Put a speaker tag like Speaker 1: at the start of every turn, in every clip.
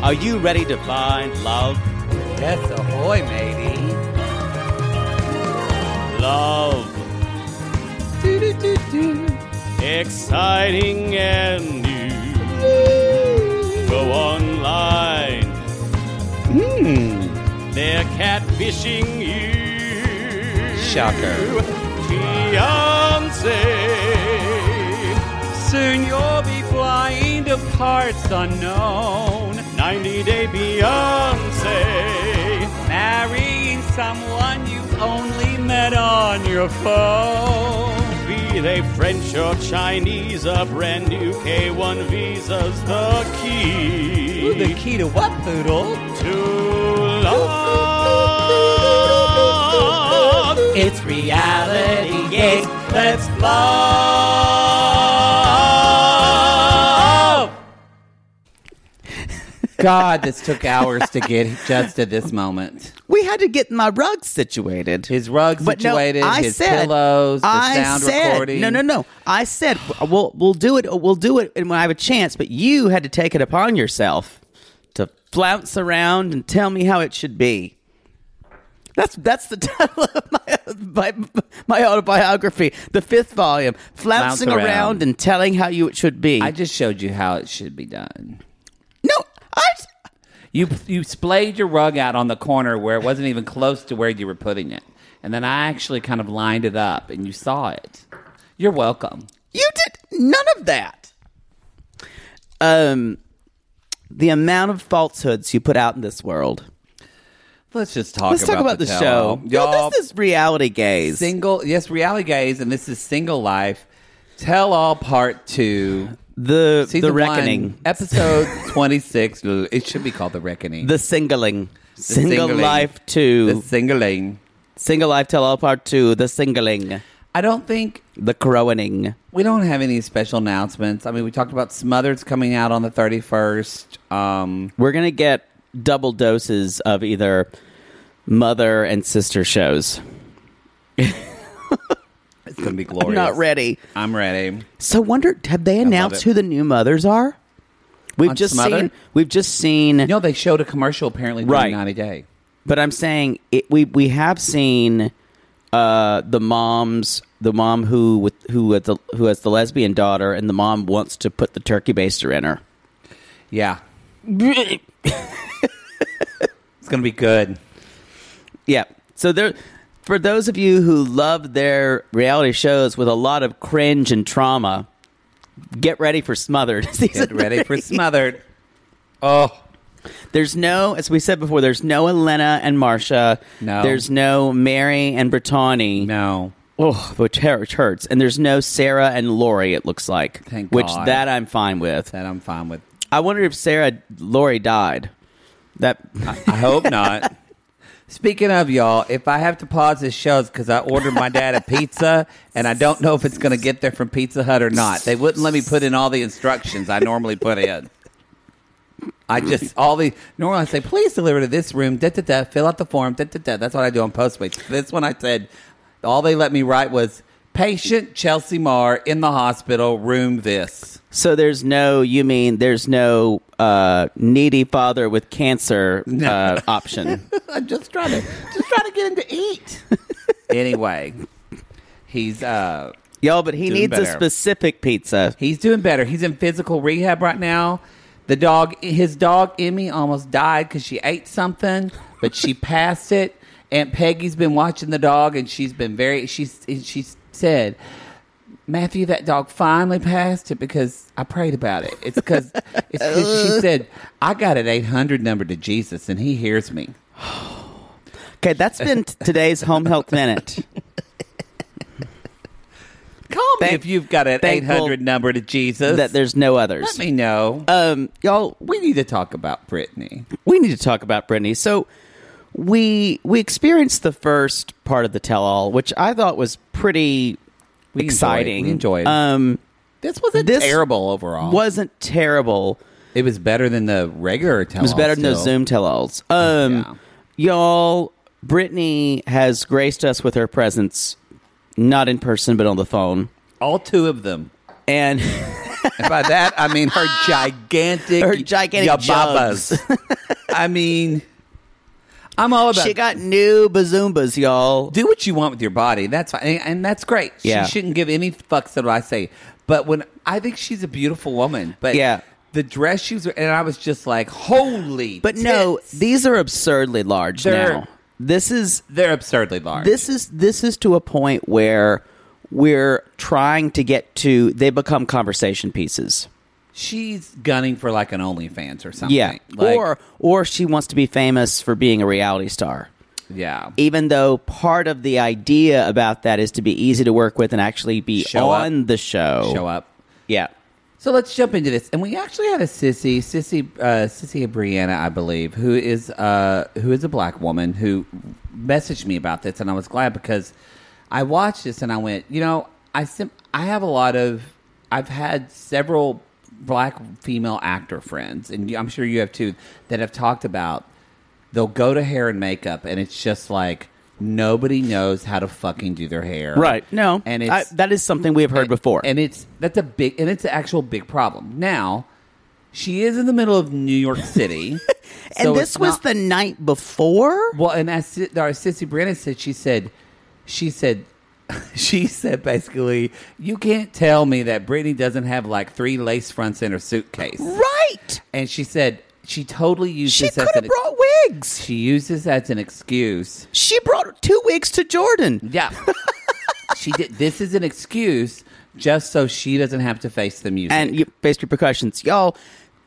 Speaker 1: Are you ready to find love?
Speaker 2: Yes, ahoy, matey.
Speaker 1: Love. Exciting and new. Go online. They're catfishing you.
Speaker 2: Shocker.
Speaker 1: Fiance.
Speaker 2: Soon you'll be flying to parts unknown,
Speaker 1: 90 Day Beyonce.
Speaker 2: marrying someone you only met on your phone.
Speaker 1: Be they French or Chinese, a brand new K1 visa's the key.
Speaker 2: Ooh, the key to what, poodle?
Speaker 1: to love.
Speaker 2: It's reality, yes, let's love. God, this took hours to get just to this moment.
Speaker 3: We had to get my rug situated.
Speaker 2: His rug situated, his pillows, the sound
Speaker 3: said,
Speaker 2: recording.
Speaker 3: No, no, no. I said we'll we'll do it. We'll do it when I have a chance. But you had to take it upon yourself to flounce around and tell me how it should be. That's that's the title of my my, my autobiography, the fifth volume, flouncing
Speaker 2: Flounce
Speaker 3: around.
Speaker 2: Around.
Speaker 3: and telling how you it should be.
Speaker 2: I just showed you how it should be done.
Speaker 3: no, I
Speaker 2: You you splayed your rug out on the corner where it wasn't even close to where you were putting it, and then I actually kind of lined it up, and you saw it. You're welcome.
Speaker 3: You did none of that. Um, the amount of falsehoods you put out in this world.
Speaker 2: Let's just talk.
Speaker 3: Let's talk about the,
Speaker 2: tell-all.
Speaker 3: show. Yo,
Speaker 2: y'all.
Speaker 3: this is reality gaze.
Speaker 2: single, yes, reality gaze, and this is single life. Tell all part two.
Speaker 3: the
Speaker 2: Season
Speaker 3: the
Speaker 2: one,
Speaker 3: reckoning,
Speaker 2: episode twenty six. It should be called the reckoning.
Speaker 3: the singling,
Speaker 2: The
Speaker 3: single
Speaker 2: singling.
Speaker 3: life
Speaker 2: the
Speaker 3: two,
Speaker 2: singling.
Speaker 3: single life tell all part two, the singling,
Speaker 2: I don't think
Speaker 3: the croning.
Speaker 2: We don't have any special announcements. I mean, we talked about Smothers coming out on the 31st. Um,
Speaker 3: We're gonna get double doses of either mother and sister shows.
Speaker 2: it's going to be glorious.
Speaker 3: Not ready.
Speaker 2: I'm ready.
Speaker 3: So wonder have they
Speaker 2: it.
Speaker 3: announced who the new mothers are? We've
Speaker 2: On
Speaker 3: just
Speaker 2: Smother?
Speaker 3: seen. We've just seen.
Speaker 2: You know, they showed a commercial apparently during
Speaker 3: Right.
Speaker 2: 90 Day.
Speaker 3: but I'm saying it, we we have seen uh, the moms, the mom who with who has the, who has the lesbian daughter, and the mom wants to put the turkey baster in her.
Speaker 2: Yeah. it's going to be good.
Speaker 3: Yeah. So there, for those of you who love their reality shows with a lot of cringe and trauma, get ready for Smothered.
Speaker 2: Get
Speaker 3: season
Speaker 2: ready for
Speaker 3: three.
Speaker 2: Smothered. Oh,
Speaker 3: There's no, as we said before, there's no Elena and Marcia.
Speaker 2: No.
Speaker 3: There's no Mary and Brittany.
Speaker 2: no.
Speaker 3: Oh, which hurt- which hurts. And there's no Sarah and Lori, it looks like.
Speaker 2: Thank
Speaker 3: Which
Speaker 2: God.
Speaker 3: that I'm fine with.
Speaker 2: That I'm fine with.
Speaker 3: I wonder if Sarah Lori died. That
Speaker 2: I hope not. Speaking of y'all, if I have to pause this show, because I ordered my dad a pizza, and I don't know if it's going to get there from Pizza Hut or not. They wouldn't let me put in all the instructions I normally put in. I just all the normally I say please deliver to this room. Da da da. Fill out the form. Da da da. That's what I do on Postmates. This one I said all they let me write was patient Chelsea Marr in the hospital room. This
Speaker 3: so there's no you mean there's no uh, needy father with cancer uh, option.
Speaker 2: I'm just trying to just trying to get him to eat. anyway, he's uh
Speaker 3: Y'all, but he
Speaker 2: Doing
Speaker 3: needs a
Speaker 2: better.
Speaker 3: specific pizza.
Speaker 2: He's doing better. He's in physical rehab right now. The dog, his dog Emmy, almost died because she ate something, but she passed it. Aunt Peggy's been watching the dog, and she's been very. She's she said, Matthew, that dog finally passed it because I prayed about it. It's because it's 'cause she said I got an eight hundred number to Jesus, and he hears me.
Speaker 3: Okay, that's been t- today's home health minute.
Speaker 2: Call me
Speaker 3: Thank-
Speaker 2: if you've got an eight
Speaker 3: thankful
Speaker 2: hundred number to Jesus.
Speaker 3: that there's no
Speaker 2: let
Speaker 3: others.
Speaker 2: me know.
Speaker 3: Um, y'all,
Speaker 2: we need to talk about Brittany.
Speaker 3: we need to talk about Brittany. So we we experienced the first part of the tell all, which I thought was pretty
Speaker 2: We enjoy it.
Speaker 3: exciting.
Speaker 2: We enjoy it.
Speaker 3: Um,
Speaker 2: This wasn't
Speaker 3: This
Speaker 2: terrible overall.
Speaker 3: wasn't terrible.
Speaker 2: It was better than the regular tell.
Speaker 3: It was better than those Zoom tell alls. Um, y'all, Brittany has graced us with her presence, not in person but on the phone,
Speaker 2: All two of them.
Speaker 3: and.
Speaker 2: And by that, I mean her gigantic,
Speaker 3: Her gigantic
Speaker 2: yababas. I mean, I'm all about
Speaker 3: She got new bazoombas, y'all.
Speaker 2: do what you want with your body. That's fine, and, and that's great.
Speaker 3: Yeah.
Speaker 2: She shouldn't give any fucks at what I say. But when I think she's a beautiful woman, but
Speaker 3: Yeah.
Speaker 2: the dress she was, and I was just like, holy.
Speaker 3: But no,
Speaker 2: tits.
Speaker 3: these are absurdly large
Speaker 2: They're-
Speaker 3: now. This is
Speaker 2: they're absurdly large.
Speaker 3: this is this is to a point where we're trying to get to they become conversation pieces.
Speaker 2: she's gunning for like an OnlyFans or something.
Speaker 3: Yeah.
Speaker 2: Like,
Speaker 3: or or she wants to be famous for being a reality star.
Speaker 2: yeah,
Speaker 3: Even though part of the idea about that is to be easy to work with and actually be
Speaker 2: Show up.
Speaker 3: on the show.
Speaker 2: show up.
Speaker 3: Yeah.
Speaker 2: So let's jump into this, and we actually had a sissy, sissy, uh, sissy Brianna, I believe, who is uh, who is a black woman who messaged me about this, and I was glad because I watched this and I went, you know, I sim- I have a lot of, I've had several black female actor friends, and you- I'm sure you have too, that have talked about they'll go to hair and makeup, and it's just like nobody knows how to fucking do their hair,
Speaker 3: No.
Speaker 2: And
Speaker 3: And
Speaker 2: it's
Speaker 3: that is something we have heard before.
Speaker 2: and it's that's a big and it's an actual big problem. Now, she is in the middle of New York City,
Speaker 3: And
Speaker 2: so
Speaker 3: this
Speaker 2: it's
Speaker 3: was
Speaker 2: not-
Speaker 3: the night before?
Speaker 2: well. And as Si- our sissy Brandon said, she said, she said, she said basically, you can't tell me that Brittany doesn't have like three lace fronts in her suitcase.
Speaker 3: Right.
Speaker 2: And she said she totally used
Speaker 3: She
Speaker 2: this as
Speaker 3: could have
Speaker 2: an,
Speaker 3: brought wigs.
Speaker 2: she used this as an excuse
Speaker 3: She brought two wigs to Jordan.
Speaker 2: Yeah. she did this is an excuse just so she doesn't have to face the music.
Speaker 3: And you faced repercussions. Y'all,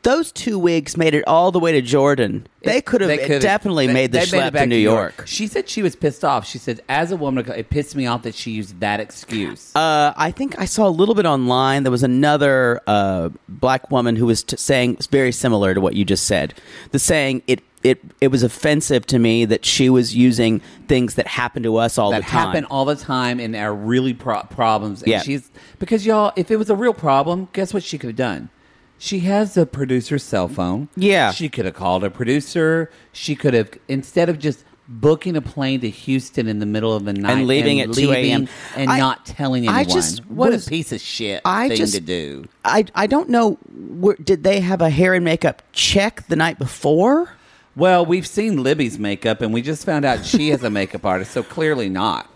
Speaker 3: those two wigs made it all the way to Jordan. They could have
Speaker 2: could've-
Speaker 3: definitely
Speaker 2: they-
Speaker 3: made the
Speaker 2: they it
Speaker 3: schlep
Speaker 2: back
Speaker 3: to New York.
Speaker 2: She said she was pissed off. She said, as a woman, it pissed me off that she used that excuse.
Speaker 3: Uh, I think I saw a little bit online. There was another uh, black woman who was t- saying it's very similar to what you just said. The saying it it it was offensive to me that she was using things that happen to us all
Speaker 2: that
Speaker 3: the time.
Speaker 2: happen all the time and are really pro- problems. And
Speaker 3: Yeah.
Speaker 2: she's because y'all, if it was a real problem, guess what she could have done? She has the producer's cell phone.
Speaker 3: Yeah.
Speaker 2: she could have called a producer. She could have instead of just booking a plane to Houston in the middle of the night
Speaker 3: And leaving at 2 a.m..
Speaker 2: leaving and
Speaker 3: I-
Speaker 2: not telling anyone.
Speaker 3: I just
Speaker 2: what
Speaker 3: was-
Speaker 2: a piece of shit
Speaker 3: I
Speaker 2: thing
Speaker 3: just
Speaker 2: to do.
Speaker 3: I I don't know. Where, did they have a hair and makeup check the night before?
Speaker 2: Well, we've seen Libby's makeup, and we just found out she is a makeup artist, so clearly not.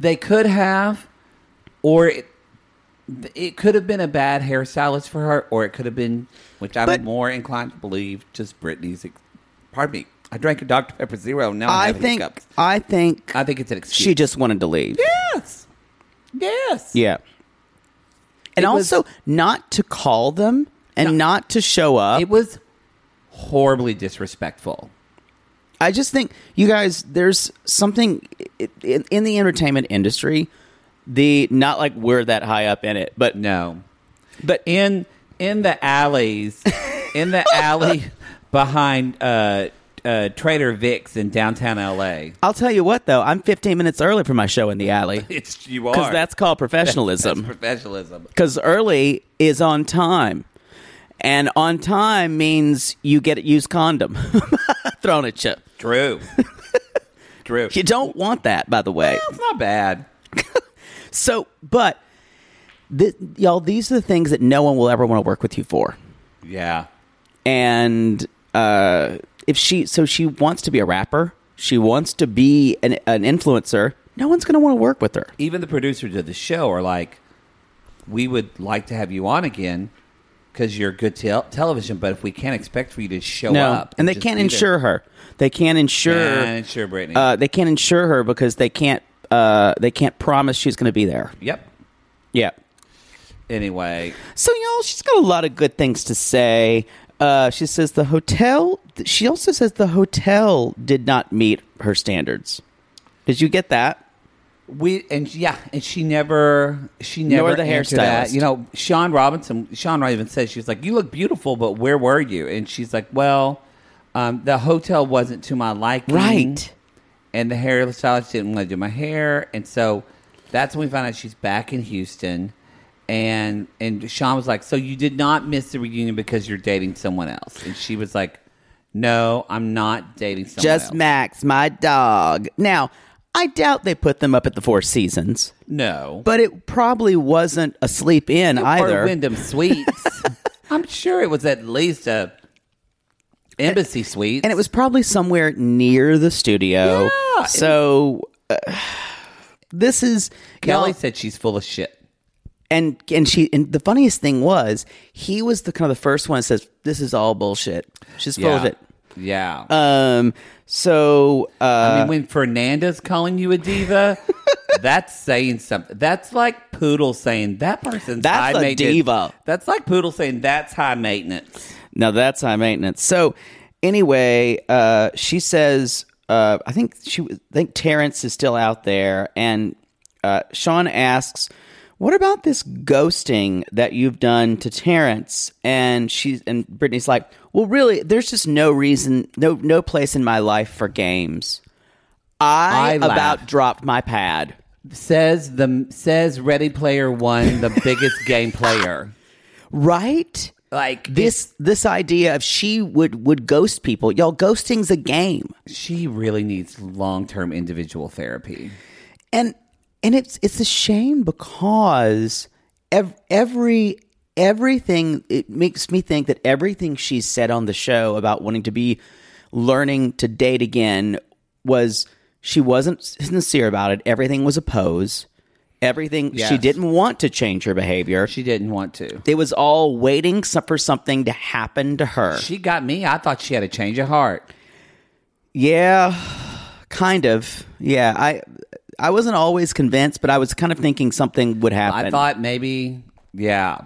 Speaker 2: They could have, or it, it could have been a bad hairstylist for her, or it could have been, which I'm
Speaker 3: But-
Speaker 2: more inclined to believe, just Brittany's. Ex- pardon me. I drank a Dr. Pepper Zero. Now I,
Speaker 3: I
Speaker 2: have
Speaker 3: think
Speaker 2: hiccups.
Speaker 3: I think
Speaker 2: I think it's an excuse.
Speaker 3: she just wanted to leave.
Speaker 2: yes, yes,
Speaker 3: Yeah. And
Speaker 2: It was-
Speaker 3: also not to call them and not to show up.
Speaker 2: It was horribly disrespectful.
Speaker 3: I just think you guys, there's something i- in, in the entertainment industry. The not like we're that high up in it, but
Speaker 2: No. But in in the alleys, in the alley behind uh, uh, Trader Vic's in downtown LA.
Speaker 3: I'll tell you what though, I'm 15 minutes early for my show in the alley
Speaker 2: It's you are.
Speaker 3: because that's called
Speaker 2: That's
Speaker 3: professionalism.
Speaker 2: professionalism.
Speaker 3: Because early is on time, and on time means you get a used condom thrown at you.
Speaker 2: True. True.
Speaker 3: You don't want that, by the way.
Speaker 2: That's not bad.
Speaker 3: So, but th- y'all, these are the things that no one will ever want to work with you for.
Speaker 2: Yeah.
Speaker 3: And uh, if she, so she wants to be a rapper, she wants to be an, an influencer. no one's going to want to work with her.
Speaker 2: even the producers of the show are like, we would like to have you on again because you're good tel- television, but if we can't expect for you to show
Speaker 3: No,
Speaker 2: up,
Speaker 3: and they
Speaker 2: just
Speaker 3: can't
Speaker 2: be there."
Speaker 3: insure her. They can't insure.
Speaker 2: Can't insure Brittany.
Speaker 3: Uh, they can't insure her because they can't. Uh, they can't promise she's going to be there.
Speaker 2: Yep.
Speaker 3: Yeah.
Speaker 2: Anyway,
Speaker 3: So y'all, she's got a lot of good things to say. Uh, she says the hotel. She also says the hotel did not meet her standards. Did you get that?
Speaker 2: we and yeah, and she never, she never
Speaker 3: the
Speaker 2: answered that.
Speaker 3: hairstylist.
Speaker 2: You know, Sean Robinson. Sean even said she was like, "You look beautiful, but where were you?" And she's like, "Well, um, the hotel wasn't to my liking,
Speaker 3: Right.
Speaker 2: And the hairstylist didn't want to do my hair, and so that's when we found out she's back in Houston. And and Sean was like, "So you did not miss the reunion because you're dating someone else?" And she was like, "No, I'm not dating someone
Speaker 3: Just
Speaker 2: else.
Speaker 3: Max, my dog. Now, I doubt they put them up at the Four Seasons,
Speaker 2: no,
Speaker 3: but it probably wasn't a sleep in either.
Speaker 2: Or Wyndham Suites. I'm sure it was at least a embassy suite.
Speaker 3: and it was probably somewhere near the studio.
Speaker 2: Yeah.
Speaker 3: So uh, this is
Speaker 2: Kelly
Speaker 3: y'all-
Speaker 2: said she's full of shit.
Speaker 3: and and she and the funniest thing was he was the kind of the first one that says this is all bullshit. She's full of it.
Speaker 2: Yeah.
Speaker 3: Um. So uh,
Speaker 2: I mean, when Fernanda's calling you a diva, that's saying something. That's like Poodle saying that person's
Speaker 3: That's
Speaker 2: high
Speaker 3: a
Speaker 2: maintenance.
Speaker 3: diva.
Speaker 2: That's like Poodle saying that's high maintenance.
Speaker 3: now that's high maintenance. So anyway, uh, she says uh, I think she I think Terrence is still out there, and uh, Sean asks. What about this ghosting that you've done to Terrence? And she's and Brittany's like, well, really, there's just no reason, no no place in my life for games. I,
Speaker 2: I
Speaker 3: about
Speaker 2: laugh.
Speaker 3: dropped my pad.
Speaker 2: Says the says Ready Player One, the biggest game player.
Speaker 3: Right?
Speaker 2: Like
Speaker 3: This this idea of she would would ghost people. Y'all ghosting's a game.
Speaker 2: she really needs long term individual therapy.
Speaker 3: And and it's it's a shame because ev- every everything it makes me think that everything she said on the show about wanting to be learning to date again was she wasn't sincere about it. Everything was a pose. Everything she
Speaker 2: Yes.
Speaker 3: didn't want to change her behavior.
Speaker 2: She didn't want to.
Speaker 3: it was all waiting so- for something to happen to her.
Speaker 2: She got me. I thought she had a change of heart.
Speaker 3: Yeah, kind of. Yeah, I I wasn't always convinced, but I was kind of thinking something would happen.
Speaker 2: I thought maybe, yeah.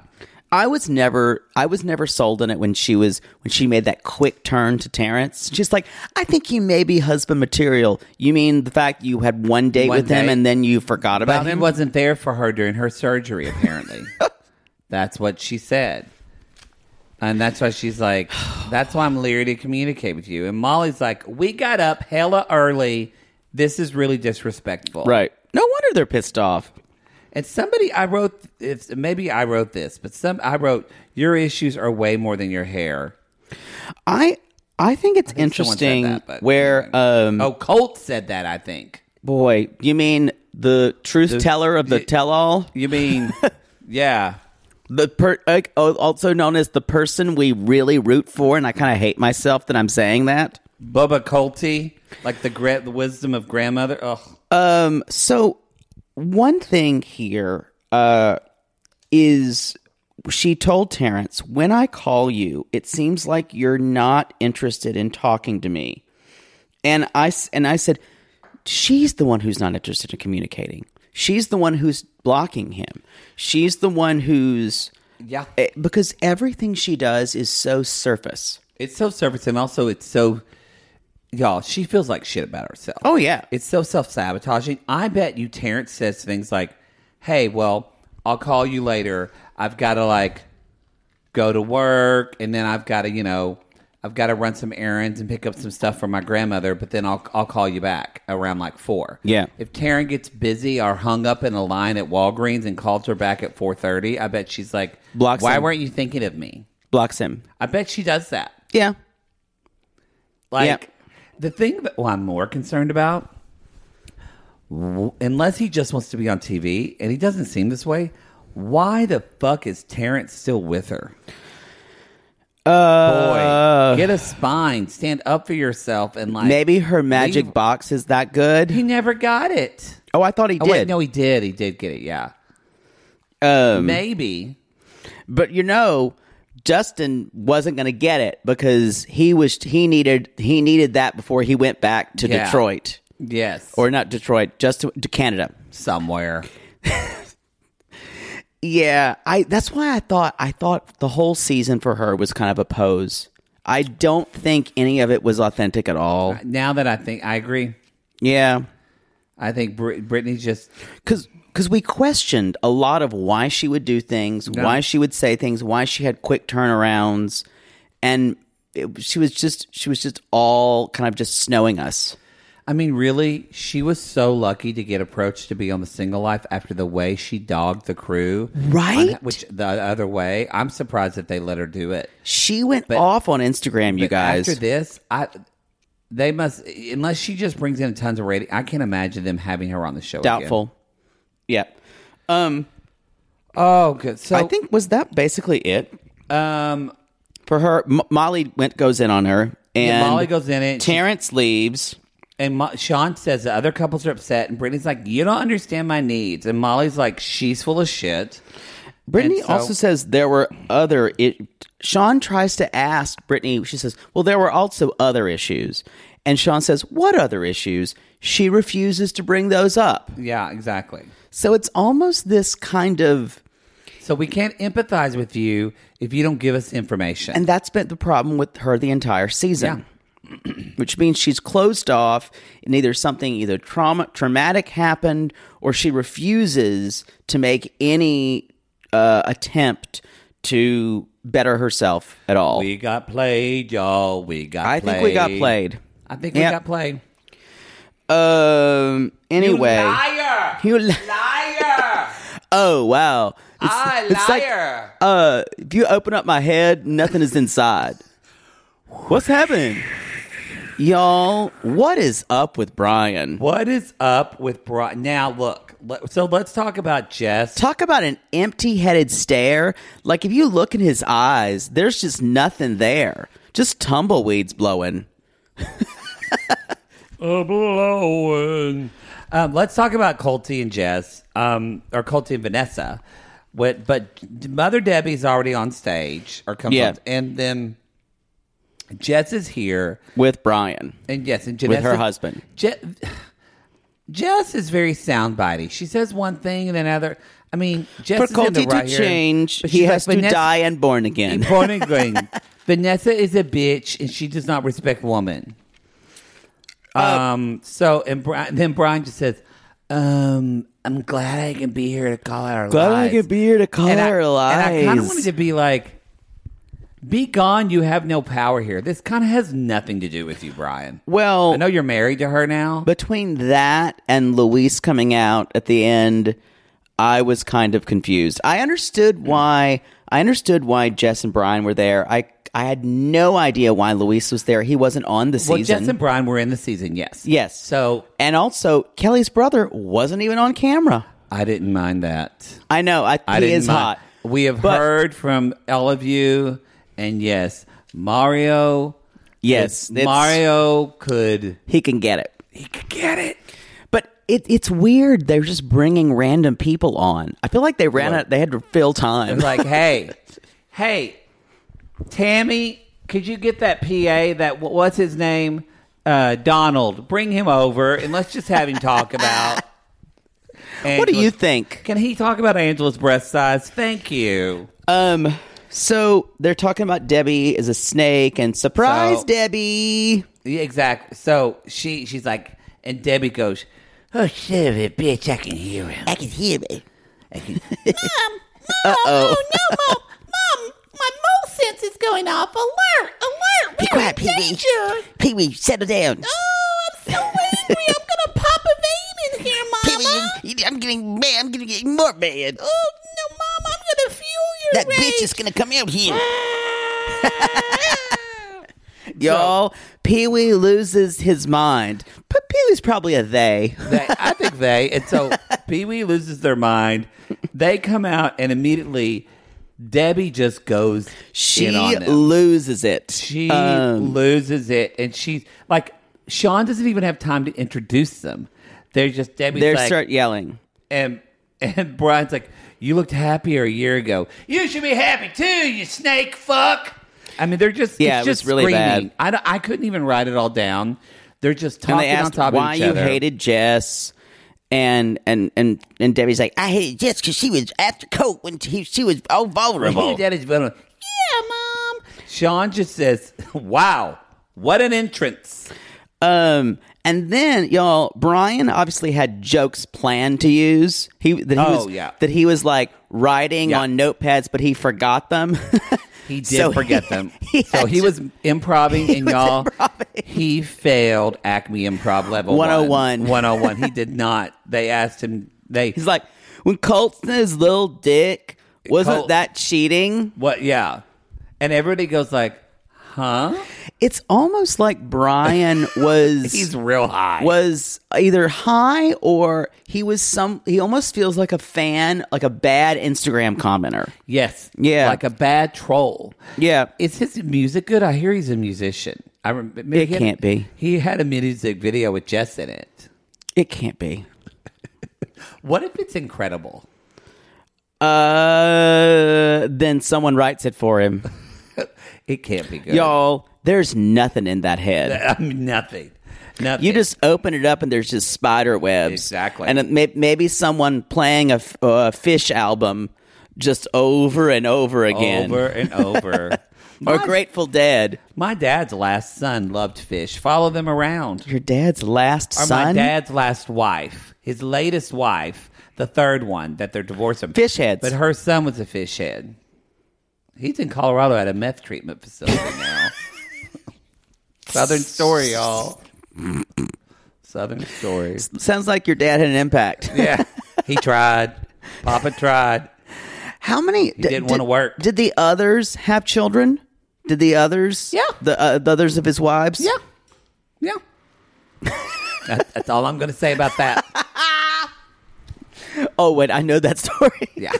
Speaker 3: I was never I was never sold on it when she was when she made that quick turn to Terrence. She's like, "I think you may be husband material." You mean the fact you had one date
Speaker 2: One
Speaker 3: with him
Speaker 2: date.
Speaker 3: and then you forgot about
Speaker 2: But he
Speaker 3: him?
Speaker 2: wasn't there for her during her surgery, apparently. that's what she said. And that's why she's like, that's why I'm leery to communicate with you. And Molly's like, we got up hella early. This is really disrespectful.
Speaker 3: right. No wonder they're pissed off.
Speaker 2: And somebody I wrote if maybe I wrote this, but some I wrote your issues are way more than your hair.
Speaker 3: I I think it's
Speaker 2: Someone said that,
Speaker 3: interesting
Speaker 2: but
Speaker 3: where
Speaker 2: anyway.
Speaker 3: um
Speaker 2: Oh, Colt said that, I think.
Speaker 3: boy, you mean the truth teller of the tell all?
Speaker 2: You mean, yeah.
Speaker 3: the per like, oh, also known as the person we really root for and i kind of hate myself that i'm saying that
Speaker 2: Bubba Colty, like the gra- the wisdom of grandmother. Oh,
Speaker 3: so one thing here uh is she told terrence when i call you it seems like you're not interested in talking to me and i s- and i said she's the one who's not interested in communicating she's the one who's blocking him she's the one who's
Speaker 2: yeah.
Speaker 3: eh, because everything she does is so surface
Speaker 2: It's so surface, and also it's so y'all. She feels like shit about herself.
Speaker 3: Oh, yeah.
Speaker 2: it's so self sabotaging. I bet you Terrence says things like, "Hey, well, I'll call you later. I've got to like go to work, and then I've got to you know." I've got to run some errands and pick up some stuff for my grandmother, but then I'll I'll call you back around like four.
Speaker 3: Yeah.
Speaker 2: If Taryn gets busy or hung up in a line at Walgreens and calls her back at four thirty, I bet she's like,
Speaker 3: Blocks
Speaker 2: "Why
Speaker 3: him.
Speaker 2: weren't you thinking of me?"
Speaker 3: blocks him
Speaker 2: I bet she does that.
Speaker 3: Yeah.
Speaker 2: Like
Speaker 3: Yep.
Speaker 2: the thing that well, I'm more concerned about, w- unless he just wants to be on TV, and he doesn't seem this way. Why the fuck is Terrence still with her? Boy, get a spine, stand up for yourself, and like
Speaker 3: Uh. Maybe her magic
Speaker 2: leave-
Speaker 3: box is that good.
Speaker 2: He never got it.
Speaker 3: Oh, I thought he
Speaker 2: Oh,
Speaker 3: did.
Speaker 2: wait, no, he did. He did get it. Yeah,
Speaker 3: Um,
Speaker 2: maybe.
Speaker 3: but you know, Justin wasn't going to get it because he was he needed he needed that before he went back to
Speaker 2: Yeah.
Speaker 3: Detroit
Speaker 2: Yes,
Speaker 3: or not Detroit, just to, to Canada.
Speaker 2: somewhere.
Speaker 3: Yeah, I that's why I thought I thought the whole season for her was kind of a pose. I don't think any of it was authentic at all.
Speaker 2: Now that I think, I agree.
Speaker 3: Yeah.
Speaker 2: I think Brit- Brittany just
Speaker 3: Cuz cuz we questioned a lot of why she would do things, why she would say things, why she had quick turnarounds and it, she was just she was just all kind of just snowing us.
Speaker 2: I mean, really, she was so lucky to get approached to be on the single life after the way she dogged the crew.
Speaker 3: Right?
Speaker 2: On- which the other way, I'm surprised that they let her do it.
Speaker 3: She went off on Instagram, you
Speaker 2: But
Speaker 3: guys.
Speaker 2: After this, I they must unless she just brings in tons of rating. I can't imagine them having her on the show. again.
Speaker 3: Doubtful. Yep. Um
Speaker 2: Oh, good. So
Speaker 3: I think was that basically it
Speaker 2: um,
Speaker 3: for her. M- Molly went goes in on her, and
Speaker 2: Yeah, Molly goes in it.
Speaker 3: Terrence leaves.
Speaker 2: and Mo- Sean says the other couples are upset, and Brittany's like, "You don't understand my needs," and Molly's like, "She's full of shit."
Speaker 3: Brittany
Speaker 2: And so-
Speaker 3: also says there were other. It, Sean tries to ask Brittany. She says, "Well, there were also other issues," and Sean says, "What other issues?" She refuses to bring those up.
Speaker 2: Yeah, exactly.
Speaker 3: So it's almost this kind of,
Speaker 2: So we can't empathize with you if you don't give us information.
Speaker 3: and that's been the problem with her the entire season.
Speaker 2: Yeah.
Speaker 3: which means she's closed off and either something either trauma traumatic happened or she refuses to make any uh, attempt to better herself at all
Speaker 2: we got played, y'all. We got.
Speaker 3: i think we got played
Speaker 2: I think we
Speaker 3: Yep.
Speaker 2: got played.
Speaker 3: um anyway
Speaker 2: you liar,
Speaker 3: You li-
Speaker 2: liar.
Speaker 3: oh wow it's,
Speaker 2: I
Speaker 3: it's like,
Speaker 2: liar.
Speaker 3: uh if you open up my head nothing is inside what's happening y'all what is up with brian
Speaker 2: what is up with Brock? Now look. le- So let's talk about Jess.
Speaker 3: Talk about an empty headed stare. Like, if you look in his eyes, there's just nothing there. Just tumbleweeds blowing.
Speaker 2: Um, let's talk about Colty and Jess, um, or Colty and Vanessa. What, but Mother Debbie's already on stage, or comes
Speaker 3: Yeah.
Speaker 2: on, and then Jess is here,
Speaker 3: With Brian.
Speaker 2: and yes, and
Speaker 3: her
Speaker 2: Vanessa,
Speaker 3: husband.
Speaker 2: Je- Jess is very soundbitey. She says one thing and then another. I mean, Jess
Speaker 3: For
Speaker 2: is in the
Speaker 3: Colty
Speaker 2: right
Speaker 3: to
Speaker 2: here,
Speaker 3: change,
Speaker 2: but
Speaker 3: he
Speaker 2: she's
Speaker 3: has
Speaker 2: like,
Speaker 3: to
Speaker 2: "Vanessa-
Speaker 3: die and born again.
Speaker 2: Born again. Vanessa is a bitch, and she does not respect woman.
Speaker 3: Uh,
Speaker 2: Um. So and Bri- then Brian just says, "Um, I'm glad I can be here to call out our
Speaker 3: Glad I
Speaker 2: lies."
Speaker 3: could be here to call
Speaker 2: and
Speaker 3: out our
Speaker 2: And I kind of
Speaker 3: lies.
Speaker 2: wanted to be like, "Be gone! You have no power here. This kind of has nothing to do with you, Brian."
Speaker 3: Well-
Speaker 2: I know you're married to her now,
Speaker 3: Between that and Luis coming out at the end, I was kind of confused. I
Speaker 2: Hmm.
Speaker 3: understood why. I understood why Jess and Brian were there. I I had no idea why Luis was there. He wasn't on the
Speaker 2: well,
Speaker 3: season.
Speaker 2: Jess and Brian were in the season. Yes.
Speaker 3: yes.
Speaker 2: So
Speaker 3: and also Kelly's brother wasn't even on camera.
Speaker 2: I didn't mind that.
Speaker 3: I know. I,
Speaker 2: I
Speaker 3: he
Speaker 2: didn't
Speaker 3: is
Speaker 2: mind.
Speaker 3: hot.
Speaker 2: We have
Speaker 3: But-
Speaker 2: heard from all of you, and yes, Mario.
Speaker 3: Yes,
Speaker 2: could-
Speaker 3: it's-
Speaker 2: Mario could.
Speaker 3: He can get it.
Speaker 2: He could get it.
Speaker 3: But it, it's weird. They're just bringing random people on. I feel like they ran out. They had to fill time.
Speaker 2: It's like, hey, hey, Tammy, could you get that PA? That wh- what's his name? Uh, Donald. Bring him over, and let's just have him talk about.
Speaker 3: what do you
Speaker 2: Angela's-
Speaker 3: think?
Speaker 2: Can he talk about Angela's breast size? Thank you.
Speaker 3: Um. So they're talking about Debbie is a snake, and surprise,
Speaker 2: So-
Speaker 3: Debbie.
Speaker 2: Yeah, exactly. So she she's like, and Debbie goes, "Oh shit, of it, bitch! I can hear him. I can hear it. I can."
Speaker 3: Uh oh.
Speaker 4: no, mom, mom, my mole sense is going off. Alert, alert, we're
Speaker 3: quiet,
Speaker 4: in
Speaker 3: Pee-wee.
Speaker 4: danger.
Speaker 3: Pee Wee, settle down.
Speaker 4: Oh, I'm so angry. I'm gonna pop a vein in here, mama.
Speaker 3: I'm getting mad. I'm gonna get more mad.
Speaker 4: Oh no, mom, I'm gonna feel
Speaker 2: Oh,
Speaker 4: your rage.
Speaker 3: gonna come out here. Y'all, Pee Wee loses his mind. But Pee Wee's probably a they.
Speaker 2: they, I think they. And so Pee Wee loses their mind. They come out, and immediately Debbie just goes
Speaker 3: She
Speaker 2: in on them.
Speaker 3: loses it.
Speaker 2: She
Speaker 3: Um,
Speaker 2: loses it, and she's like, Sean doesn't even have time to introduce them. They're just Debbie's
Speaker 3: They
Speaker 2: like,
Speaker 3: start yelling.
Speaker 2: and and Brian's like, "You looked happier a year ago. You should be happy too, you snake fuck." I mean, they're just
Speaker 3: Yeah,
Speaker 2: it's
Speaker 3: it was
Speaker 2: just
Speaker 3: really
Speaker 2: screaming.
Speaker 3: bad.
Speaker 2: I don't- I couldn't even write it all down. They're just
Speaker 3: And
Speaker 2: talking
Speaker 3: they
Speaker 2: on
Speaker 3: asked
Speaker 2: top
Speaker 3: why
Speaker 2: of each
Speaker 3: you
Speaker 2: other.
Speaker 3: hated Jess. And and and and Debbie's like, I hated Jess because she was after Coke when she, she was all vulnerable.
Speaker 2: He did his little-
Speaker 4: Yeah, Mom.
Speaker 2: Sean just says, "Wow, what an entrance!"
Speaker 3: Um, and then y'all, Brian obviously had jokes planned to use. He that he
Speaker 2: Oh,
Speaker 3: was
Speaker 2: yeah.
Speaker 3: that he was like writing
Speaker 2: Yeah.
Speaker 3: on notepads, but he forgot them.
Speaker 2: He did
Speaker 3: So
Speaker 2: forget
Speaker 3: he-
Speaker 2: them.
Speaker 3: he
Speaker 2: so
Speaker 3: had
Speaker 2: he
Speaker 3: to-
Speaker 2: was improving, and
Speaker 3: was
Speaker 2: y'all,
Speaker 3: improvising.
Speaker 2: he failed Acme Improv level
Speaker 3: 101.
Speaker 2: 101. He did not. They asked him. They
Speaker 3: He's like, when Colt's in his little dick, wasn't
Speaker 2: Colt-
Speaker 3: that cheating?
Speaker 2: What? Yeah. And everybody goes like, "Huh?"
Speaker 3: It's almost like Brian was
Speaker 2: He's real high.
Speaker 3: was either high or he was some. He almost feels like a fan, like a bad Instagram commenter.
Speaker 2: Yes.
Speaker 3: Yeah.
Speaker 2: Like a bad troll.
Speaker 3: Yeah.
Speaker 2: Is his music good? I hear he's a musician. I remember
Speaker 3: It can't be.
Speaker 2: He had a music video with Jess in it.
Speaker 3: It can't be.
Speaker 2: What if it's incredible?
Speaker 3: Uh, then someone writes it for him.
Speaker 2: It can't be good.
Speaker 3: Y'all, there's nothing in that head.
Speaker 2: I mean, nothing. Nothing.
Speaker 3: You just open it up and there's just spider webs.
Speaker 2: Exactly.
Speaker 3: And it may, maybe someone playing a, f- a fish album just over and over again.
Speaker 2: over and over.
Speaker 3: Or Grateful Dead.
Speaker 2: My dad's last son loved fish. Follow them around.
Speaker 3: Your dad's last
Speaker 2: Or my
Speaker 3: son?
Speaker 2: dad's last wife, his latest wife, the third one that they're divorcing.
Speaker 3: Fish heads.
Speaker 2: But her son was a fish head. He's in Colorado at a meth treatment facility now. Southern story, y'all. Southern story.
Speaker 3: Sounds like your dad had an impact.
Speaker 2: Yeah. He tried. Papa tried.
Speaker 3: How many? d-
Speaker 2: didn't wanna
Speaker 3: did-
Speaker 2: work.
Speaker 3: Did the others have children? Did the others?
Speaker 2: Yeah.
Speaker 3: The, uh, the others of his wives?
Speaker 2: Yeah. Yeah. That- that's all I'm going to say about that.
Speaker 3: Oh, wait, I know that story.
Speaker 2: Yeah.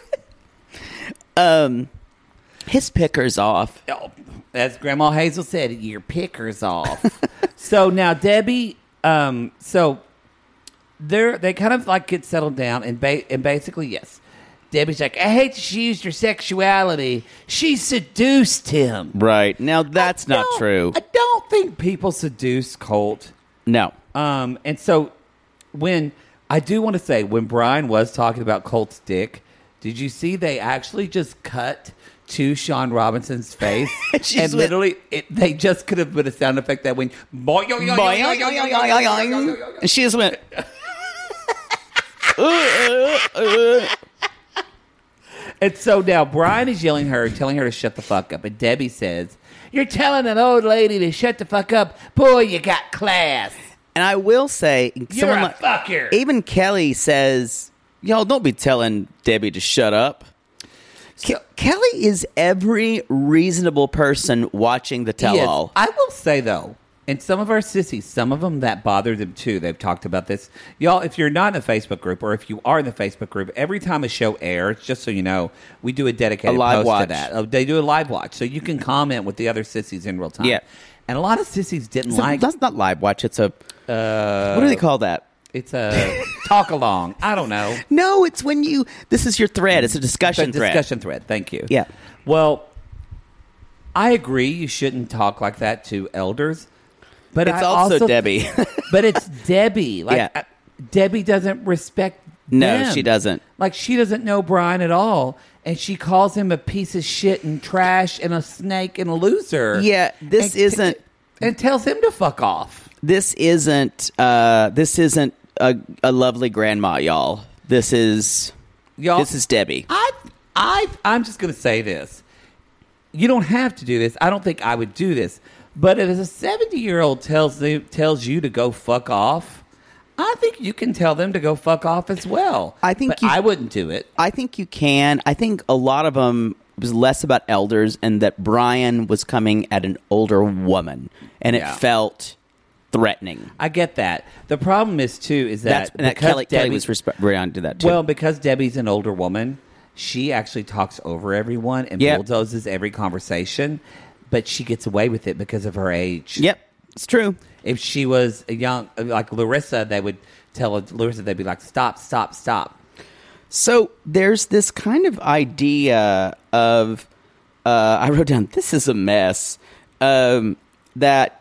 Speaker 3: His picker's off.
Speaker 2: Oh, as Grandma Hazel said, your picker's off. so now Debbie, um, so they're they kind of like get settled down and ba- and basically yes, Debbie's like, I hate that she used her sexuality. She seduced him.
Speaker 3: Right. Now that's not
Speaker 2: Don't-
Speaker 3: true.
Speaker 2: I don't think people seduce Colt.
Speaker 3: no.
Speaker 2: Um, and so when I do want to say when Brian was talking about Colt's dick, did you see they actually just cut to Sean Robinson's face
Speaker 3: She
Speaker 2: and
Speaker 3: just went-
Speaker 2: literally it, they just could have put a sound effect that went boing, yoing, yoing, yoing, yoing, yoing, yoing, yoing, yoing, yoing.
Speaker 3: And she just went.
Speaker 2: And so now Brian is yelling at her, telling her to shut the fuck up, and Debbie says, "You're telling an old lady to shut the fuck up, boy. You got class."
Speaker 3: And I will say, someone
Speaker 2: a
Speaker 3: like-
Speaker 2: fucker.
Speaker 3: Even Kelly says, "Y'all don't be telling Debbie to shut up." Ke- Kelly is every reasonable person watching the
Speaker 2: Yes.
Speaker 3: tell-all.
Speaker 2: I will say though, and some of our sissies, some of them that bother them too. They've talked about this, y'all. If you're not in a Facebook group, or if you are in the Facebook group, every time a show airs, just so you know, we do a dedicated
Speaker 3: A live
Speaker 2: post to
Speaker 3: watch.
Speaker 2: that. Oh, They do a live watch, so you can comment with the other sissies in real time.
Speaker 3: Yeah.
Speaker 2: and a lot of sissies didn't
Speaker 3: It's a-
Speaker 2: like. Uh,
Speaker 3: that's not live watch. It's a. what do they call that?
Speaker 2: It's a talk along. I don't know.
Speaker 3: No, it's when you. This is your thread. It's a discussion
Speaker 2: It's a
Speaker 3: thread.
Speaker 2: discussion thread. Thank you.
Speaker 3: Yeah.
Speaker 2: Well, I agree. You shouldn't talk like that to elders, but
Speaker 3: It's
Speaker 2: I
Speaker 3: also Debbie.
Speaker 2: but it's Debbie. Like
Speaker 3: Yeah.
Speaker 2: I- Debbie doesn't respect.
Speaker 3: No,
Speaker 2: them.
Speaker 3: she doesn't.
Speaker 2: Like she doesn't know Brian at all, and she calls him a piece of shit and trash and a snake and a loser.
Speaker 3: Yeah, this
Speaker 2: And t-
Speaker 3: isn't-
Speaker 2: and tells him to fuck off.
Speaker 3: this isn't uh this isn't a, a lovely grandma y'all this is
Speaker 2: Y'all,
Speaker 3: this is debbie
Speaker 2: I, I, I'm just going to say this. You don't have to do this. I don't think I would do this. But if a 70 year old tells them, tells you to go fuck off, I think you can tell them to go fuck off as well.
Speaker 3: I think
Speaker 2: But
Speaker 3: you-
Speaker 2: I wouldn't do it.
Speaker 3: i think you can i think a lot of them was less about elders and that brian was coming at an older woman and it
Speaker 2: Yeah.
Speaker 3: felt threatening
Speaker 2: I get that. The problem is too is
Speaker 3: that's
Speaker 2: that
Speaker 3: and that
Speaker 2: because
Speaker 3: kelly, kelly
Speaker 2: Debbie-
Speaker 3: was resp- brian did that too
Speaker 2: Well, because Debbie's an older woman, she actually talks over everyone and
Speaker 3: Yep.
Speaker 2: bulldozes every conversation, but she gets away with it because of her age.
Speaker 3: yep it's true
Speaker 2: If she was a young, like Larissa, they would tell Larissa, they'd be like, stop, stop, stop.
Speaker 3: So there's this kind of idea of uh, I wrote down this is a mess um, that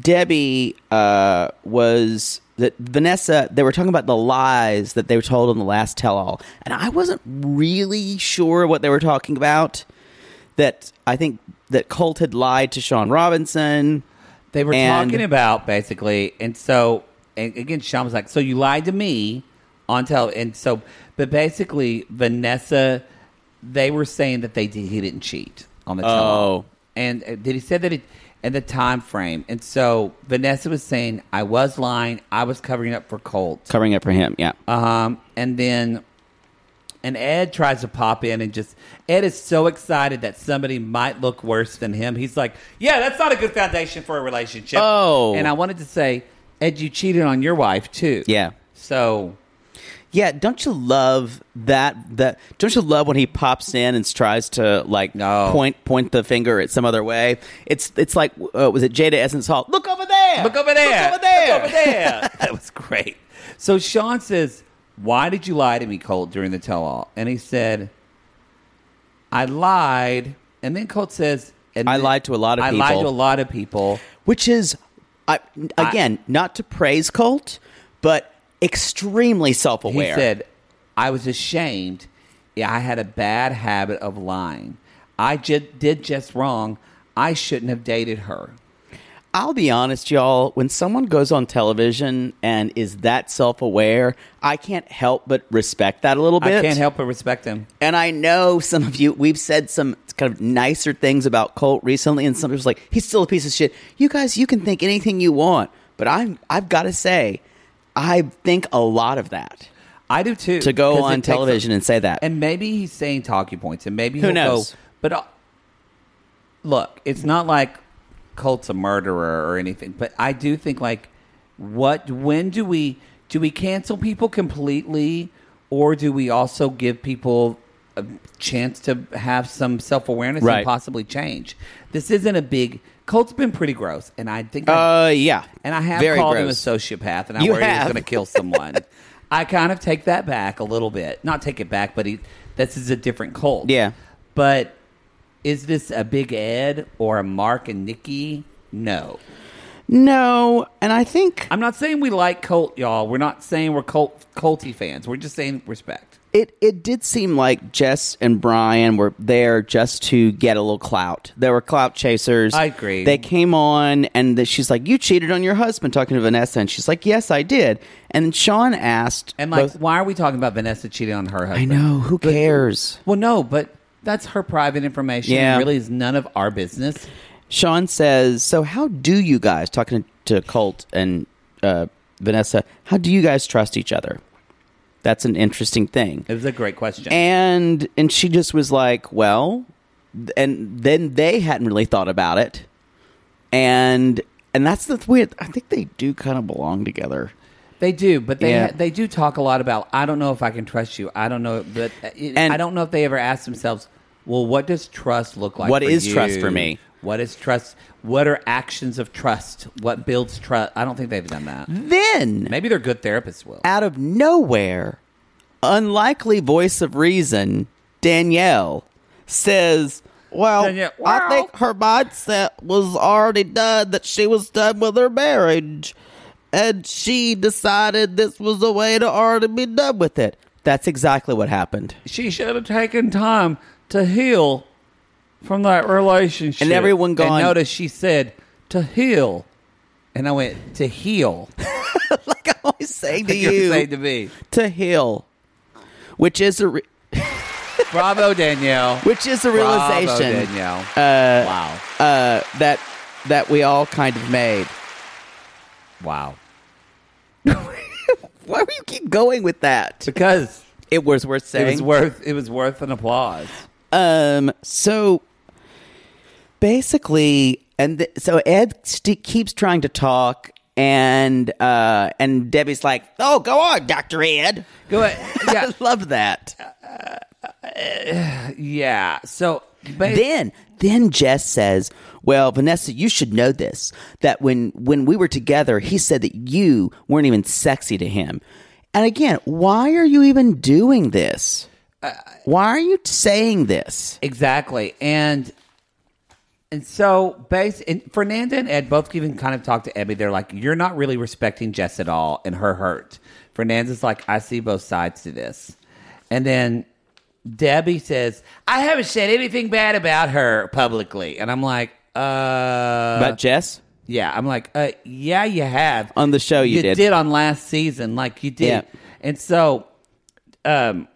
Speaker 3: Debbie uh, was that Vanessa they were talking about the lies that they were told on the last tell all and I wasn't really sure what they were talking about that I think that Colt had lied to Sean Robinson
Speaker 2: They were
Speaker 3: And-
Speaker 2: talking about basically, and so, and again, Sean was like, "So you lied to me on tell." And so, but basically, Vanessa, they were saying that they did, he didn't cheat on the tell.
Speaker 3: Oh.
Speaker 2: and uh, did he said that it and the time frame? And so Vanessa was saying, "I was lying. I was covering up for Colt."
Speaker 3: covering up for him yeah
Speaker 2: Um, and then, and Ed tries to pop in and just Ed is so excited that somebody might look worse than him. He's like, "Yeah, that's not a good foundation for a relationship."
Speaker 3: Oh.
Speaker 2: and I wanted to say, Ed, you cheated on your wife too.
Speaker 3: Yeah.
Speaker 2: So
Speaker 3: Yeah, don't you love that? That don't you love when he pops in and tries to like
Speaker 2: No.
Speaker 3: point point the finger at some other way? It's it's like uh, was it Jada Essence Hall? Look over there!
Speaker 2: look over there.
Speaker 3: Look over there!
Speaker 2: Look over there. that was great. So Sean says, "Why did you lie to me, Colt, during the tell-all?" And he said, "I lied." And then Colt says, and
Speaker 3: I
Speaker 2: then-
Speaker 3: lied to a lot of
Speaker 2: I lied
Speaker 3: people."
Speaker 2: to a lot of people."
Speaker 3: Which is, I, again, not to praise Colt, but extremely self
Speaker 2: He
Speaker 3: aware.
Speaker 2: said, I was ashamed. Yeah, I had a bad habit of lying. I ju- did just wrong. I shouldn't have dated her.
Speaker 3: I'll be honest, y'all. When someone goes on television and is that self aware, I can't help but respect that a little bit.
Speaker 2: I can't help but respect him.
Speaker 3: And I know some of you, we've said some kind of nicer things about Colt recently, and some people's like, he's still a piece of shit. You guys, you can think anything you want, but I'm, I've got to say, I think a lot of that
Speaker 2: I do too.
Speaker 3: to go
Speaker 2: 'cause it
Speaker 3: on
Speaker 2: takes a-
Speaker 3: television and say that.
Speaker 2: And maybe he's saying talking points, and maybe
Speaker 3: Who
Speaker 2: he'll go-
Speaker 3: knows?
Speaker 2: but uh, look, it's not like Colt's a murderer or anything. But I do think like, what? When do we do we cancel people completely, or do we also give people a chance to have some self awareness
Speaker 3: Right.
Speaker 2: and possibly change? This isn't a big. Colt's been pretty gross, and I think.
Speaker 3: uh, yeah.
Speaker 2: And I have
Speaker 3: Very
Speaker 2: called
Speaker 3: gross.
Speaker 2: him a sociopath, and I
Speaker 3: You
Speaker 2: worry he's
Speaker 3: have.
Speaker 2: going to kill someone. I kind of take that back a little bit. Not take it back, but he, this is a different cult.
Speaker 3: Yeah.
Speaker 2: But is this a Big Ed or a Mark and Nikki? No.
Speaker 3: No, and I think
Speaker 2: I'm not saying we like cult, y'all. We're not saying we're cult culty fans. We're just saying respect.
Speaker 3: it it did seem like Jess and Brian were there just to get a little clout. They were clout chasers.
Speaker 2: I agree.
Speaker 3: They came on, and the, she's like, "You cheated on your husband," talking to Vanessa, and she's like, "Yes, I did." And Sean asked,
Speaker 2: And like,
Speaker 3: both-
Speaker 2: why are we talking about Vanessa cheating on her
Speaker 3: "I
Speaker 2: husband?
Speaker 3: know who cares."
Speaker 2: Well, no, but that's her private information.
Speaker 3: Yeah.
Speaker 2: It really is none of our business.
Speaker 3: Sean says, "So how do you guys talking to Colt and uh, Vanessa? How do you guys trust each other?" That's an interesting thing.
Speaker 2: It was a great question.
Speaker 3: and and she just was like well th- and then they hadn't really thought about it and and that's the weird i think they do kind of belong together
Speaker 2: They do, but they
Speaker 3: Yeah.
Speaker 2: they do talk a lot about I don't know if I can trust you. I don't know, but it,
Speaker 3: And-
Speaker 2: I don't know if they ever ask themselves, well, what does trust look like?
Speaker 3: What
Speaker 2: What
Speaker 3: is
Speaker 2: is
Speaker 3: trust for me?
Speaker 2: What is trust? What are actions of trust? What builds trust? I don't think they've done that.
Speaker 3: Mm-hmm. then
Speaker 2: Maybe they're good therapists. Will
Speaker 3: out of nowhere unlikely voice of reason danielle says well
Speaker 2: Danielle,
Speaker 3: i think her mindset was already done that she was done with her marriage and she decided this was a way to already be done with it that's exactly what happened
Speaker 2: she should have taken time to heal from that relationship.
Speaker 3: And everyone gone-
Speaker 2: And notice she said to heal, and I went to heal.
Speaker 3: like I'm always saying to
Speaker 2: You're
Speaker 3: you,
Speaker 2: saying to me,
Speaker 3: to heal, which is a re-
Speaker 2: bravo, Danielle.
Speaker 3: which is a
Speaker 2: Bravo,
Speaker 3: realization
Speaker 2: Danielle. wow.
Speaker 3: uh, that that we all kind of made.
Speaker 2: Wow.
Speaker 3: Why do you keep going with that?
Speaker 2: Because
Speaker 3: It was worth saying.
Speaker 2: it was worth it was worth an applause.
Speaker 3: Um. So basically, and th- so Ed st- keeps trying to talk, and uh, and Debbie's like, "Oh, go on, Doctor Ed."
Speaker 2: Go ahead. Yeah.
Speaker 3: I love that.
Speaker 2: yeah. So But-
Speaker 3: then then Jess says, "Well, Vanessa, you should know this that when when we were together, he said that you weren't even sexy to him." And again, why are you even doing this?
Speaker 2: Uh,
Speaker 3: why are you saying this?
Speaker 2: Exactly. And and so base and Fernanda and Ed both even kind of talked to Ebby. They're like, You're not really respecting Jess at all and her hurt. Fernanda's like, I see both sides to this. And then Debbie says, I haven't said anything bad about her publicly. And I'm like, uh
Speaker 3: About Jess?
Speaker 2: yeah, I'm like, uh, yeah, you have
Speaker 3: On the show you did.
Speaker 2: did on last season, like you did,
Speaker 3: Yeah.
Speaker 2: and so, um,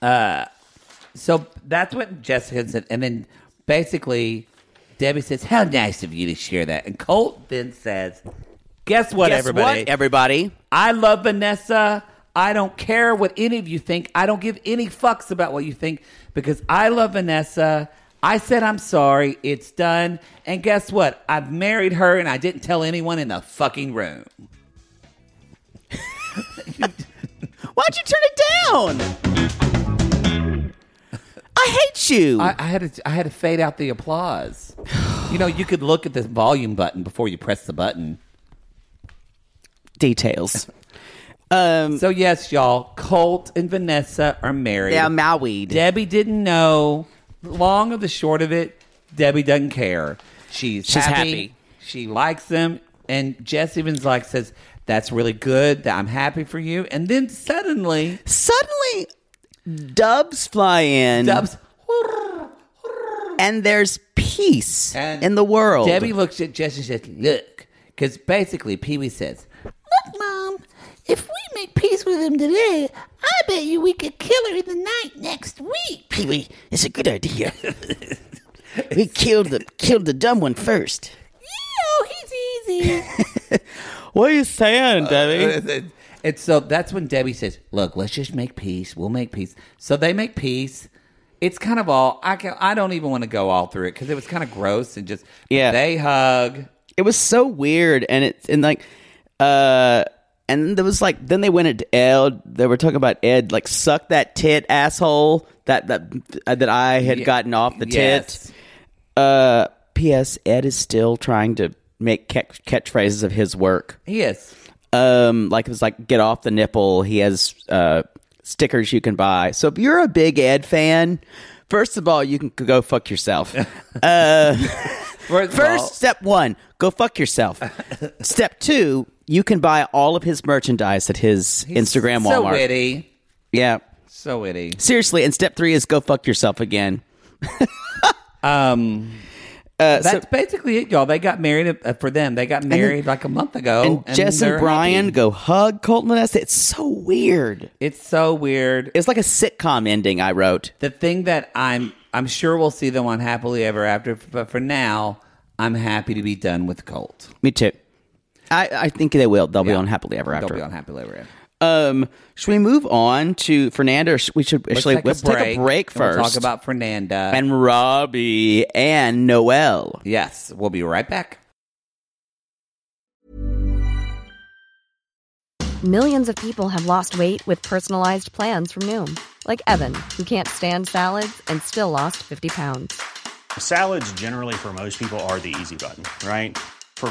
Speaker 2: uh, so that's what Jess Henson, and then basically, Debbie says, "How nice of you to share that," and Colt then says, "Guess what,
Speaker 3: Guess
Speaker 2: everybody?
Speaker 3: what, everybody.
Speaker 2: I love Vanessa. I don't care what any of you think. I don't give any fucks about what you think because I love Vanessa. I said I'm sorry. It's done. And guess what? I've married her and I didn't tell anyone in the fucking room.
Speaker 3: Why'd you turn it down? I hate you.
Speaker 2: I, I had to I had to fade out the applause. You know, you could look at the volume button before you press the button.
Speaker 3: Details. Um,
Speaker 2: So yes, y'all, Colt and Vanessa are married.
Speaker 3: now Maui.
Speaker 2: Debbie didn't know. Long of the short of it, Debbie doesn't care. She's,
Speaker 3: She's
Speaker 2: happy.
Speaker 3: happy.
Speaker 2: She likes them. And Jess Evans like says, That's really good. That I'm happy for you. And then suddenly
Speaker 3: Suddenly, dubs fly in,
Speaker 2: Dubs
Speaker 3: and there's peace
Speaker 2: and
Speaker 3: in the world.
Speaker 2: Debbie looks at Jess and says, Look. Because basically Pee Wee says,
Speaker 4: Look, Mom, if we make peace with him today, I bet you we could kill her in the night next week.
Speaker 3: Pee Wee, it's a good idea. we killed the killed the dumb one first.
Speaker 4: You know, he's easy.
Speaker 3: What are you saying, Debbie?
Speaker 2: and and so that's when Debbie says, "Look, let's just make peace. We'll make peace." So they make peace. It's kind of all I can. I don't even want to go all through it because it was kind of gross and just
Speaker 3: Yeah.
Speaker 2: They hug.
Speaker 3: it was so weird, and it's and like, uh, and there was like then they went into Ed. They were talking about Ed, like suck that tit, asshole. That that uh, that I had gotten off the tit.
Speaker 2: Yes.
Speaker 3: Uh, P.S. Ed is still trying to make catch- catchphrases of his work.
Speaker 2: Yes.
Speaker 3: Um, like it was like get off the nipple. He has uh stickers you can buy. So if you're a big Ed fan, first of all, you can go fuck yourself.
Speaker 2: First, of
Speaker 3: First
Speaker 2: all-
Speaker 3: step one, go fuck yourself. step two, you can buy all of his merchandise at his Instagram
Speaker 2: so
Speaker 3: Walmart.
Speaker 2: witty.
Speaker 3: Yeah,
Speaker 2: So witty.
Speaker 3: seriously. And step three is go fuck yourself again.
Speaker 2: Um,
Speaker 3: Uh, so-
Speaker 2: that's basically it, y'all. They got married uh, for them. They got married like a month ago.
Speaker 3: and Jess and
Speaker 2: Oh, they're
Speaker 3: Brian
Speaker 2: happy.
Speaker 3: go hug Colton Vanessa. It's so weird.
Speaker 2: It's so weird.
Speaker 3: It's like a sitcom ending I wrote.
Speaker 2: the thing that I'm I'm sure we'll see them on happily ever after, but for now, I'm happy to be done with Colt.
Speaker 3: Me too. I, I think they will. They'll be
Speaker 2: Yeah.
Speaker 3: on happily ever after.
Speaker 2: They'll be on happily ever after.
Speaker 3: Um, should we move on to Fernanda? Or should, we should actually let's take a break
Speaker 2: and we'll
Speaker 3: first.
Speaker 2: talk about Fernanda.
Speaker 3: and Robbie and Noel.
Speaker 2: yes, we'll be right back.
Speaker 5: Millions of people have lost weight with personalized plans from Noom, like Evan, who can't stand salads and still lost 50 pounds.
Speaker 6: Salads, generally, for most people, are the easy button, right? For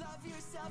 Speaker 7: Love yourself,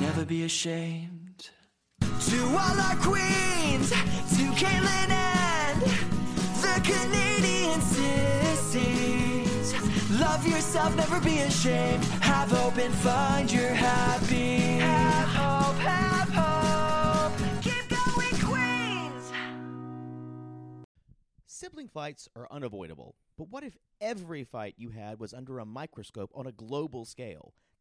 Speaker 7: never be ashamed. To all our queens, to Caitlin and the Canadian sissies. Love yourself, never be ashamed. Have hope and find your happy. Have hope, have hope. Keep going, Queens.
Speaker 3: Sibling fights are unavoidable, but what if every fight you had was under a microscope on a global scale?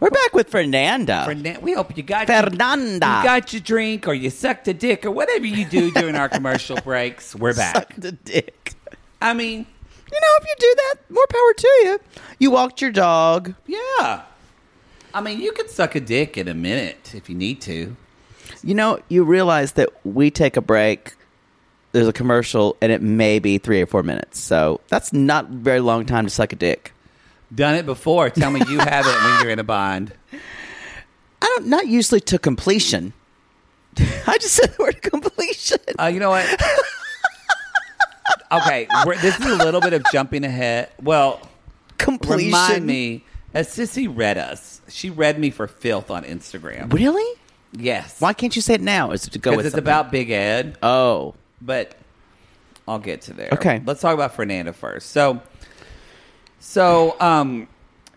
Speaker 8: We're back with
Speaker 3: Uh,
Speaker 8: Fernanda.
Speaker 2: Fernan- we hope you got
Speaker 8: Fernanda.
Speaker 2: You got your drink, or you sucked a dick, or whatever you do during our commercial breaks. We're back.
Speaker 8: Suck the dick.
Speaker 2: I mean,
Speaker 8: You know, if you do that, more power to you. You walked your dog.
Speaker 2: yeah. I mean, you could suck a dick in a minute if you need to.
Speaker 8: You know, you realize that we take a break. There's a commercial, and it may be three or four minutes. So that's not a very long time to suck a dick.
Speaker 2: Done it before. Tell me you haven't when you're in a bind.
Speaker 8: I don't not usually to completion. I just said the word completion.
Speaker 2: Uh, you know what? okay, we're, this is a little bit of jumping ahead. Well,
Speaker 8: completion.
Speaker 2: remind me, as Sissy read us, she read me for filth on Instagram.
Speaker 8: Really?
Speaker 2: Yes,
Speaker 8: Why can't you say it now? Is it to go
Speaker 2: because
Speaker 8: with
Speaker 2: it's
Speaker 8: something?
Speaker 2: about Big Ed.
Speaker 8: Oh,
Speaker 2: but I'll get to there.
Speaker 8: Okay.
Speaker 2: Let's talk about Fernanda first. So so um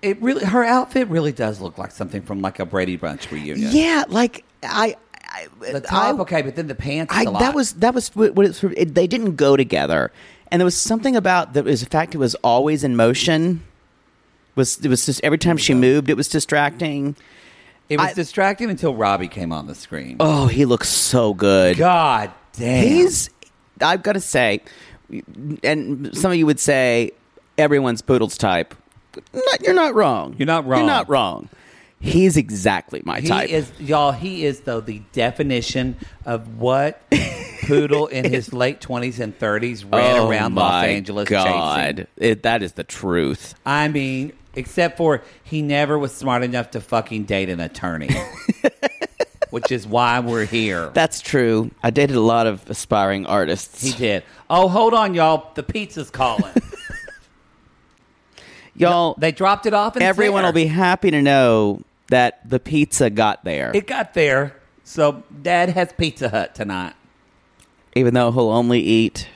Speaker 2: it really her outfit really does look like something from like a Brady Bunch reunion.
Speaker 8: yeah. Like I, I
Speaker 2: The
Speaker 8: I-
Speaker 2: top, okay, but then the pants.
Speaker 8: I,
Speaker 2: is a lot.
Speaker 8: that was that was what what it's, it, they didn't go together, and there was something about that was the fact it was always in motion. Was it was just every time she moved, it was distracting.
Speaker 2: it was
Speaker 8: I-
Speaker 2: distracting until Robbie came on the screen.
Speaker 8: Oh, he looks so good.
Speaker 2: God damn!
Speaker 8: He's I've got to say, and some of you would say everyone's poodle's type. Not, you're not wrong.
Speaker 2: You're not wrong.
Speaker 8: You're not wrong. He's exactly my
Speaker 2: he
Speaker 8: type.
Speaker 2: is y'all. He is though the definition of what poodle in his late twenties and thirties ran
Speaker 8: Oh
Speaker 2: around Los
Speaker 8: my
Speaker 2: Angeles chasing.
Speaker 8: God, It- that is the truth.
Speaker 2: I mean, except for he never was smart enough to fucking date an attorney. which is why we're here.
Speaker 3: That's true. I dated a lot of aspiring artists.
Speaker 2: He did. Oh, hold on, y'all. The pizza's calling.
Speaker 3: Y'all,
Speaker 2: they dropped it off. And it's
Speaker 3: everyone
Speaker 2: there.
Speaker 3: will be happy to know that the pizza got there,
Speaker 2: It got there. So Dad has Pizza Hut tonight.
Speaker 3: even though he'll only eat.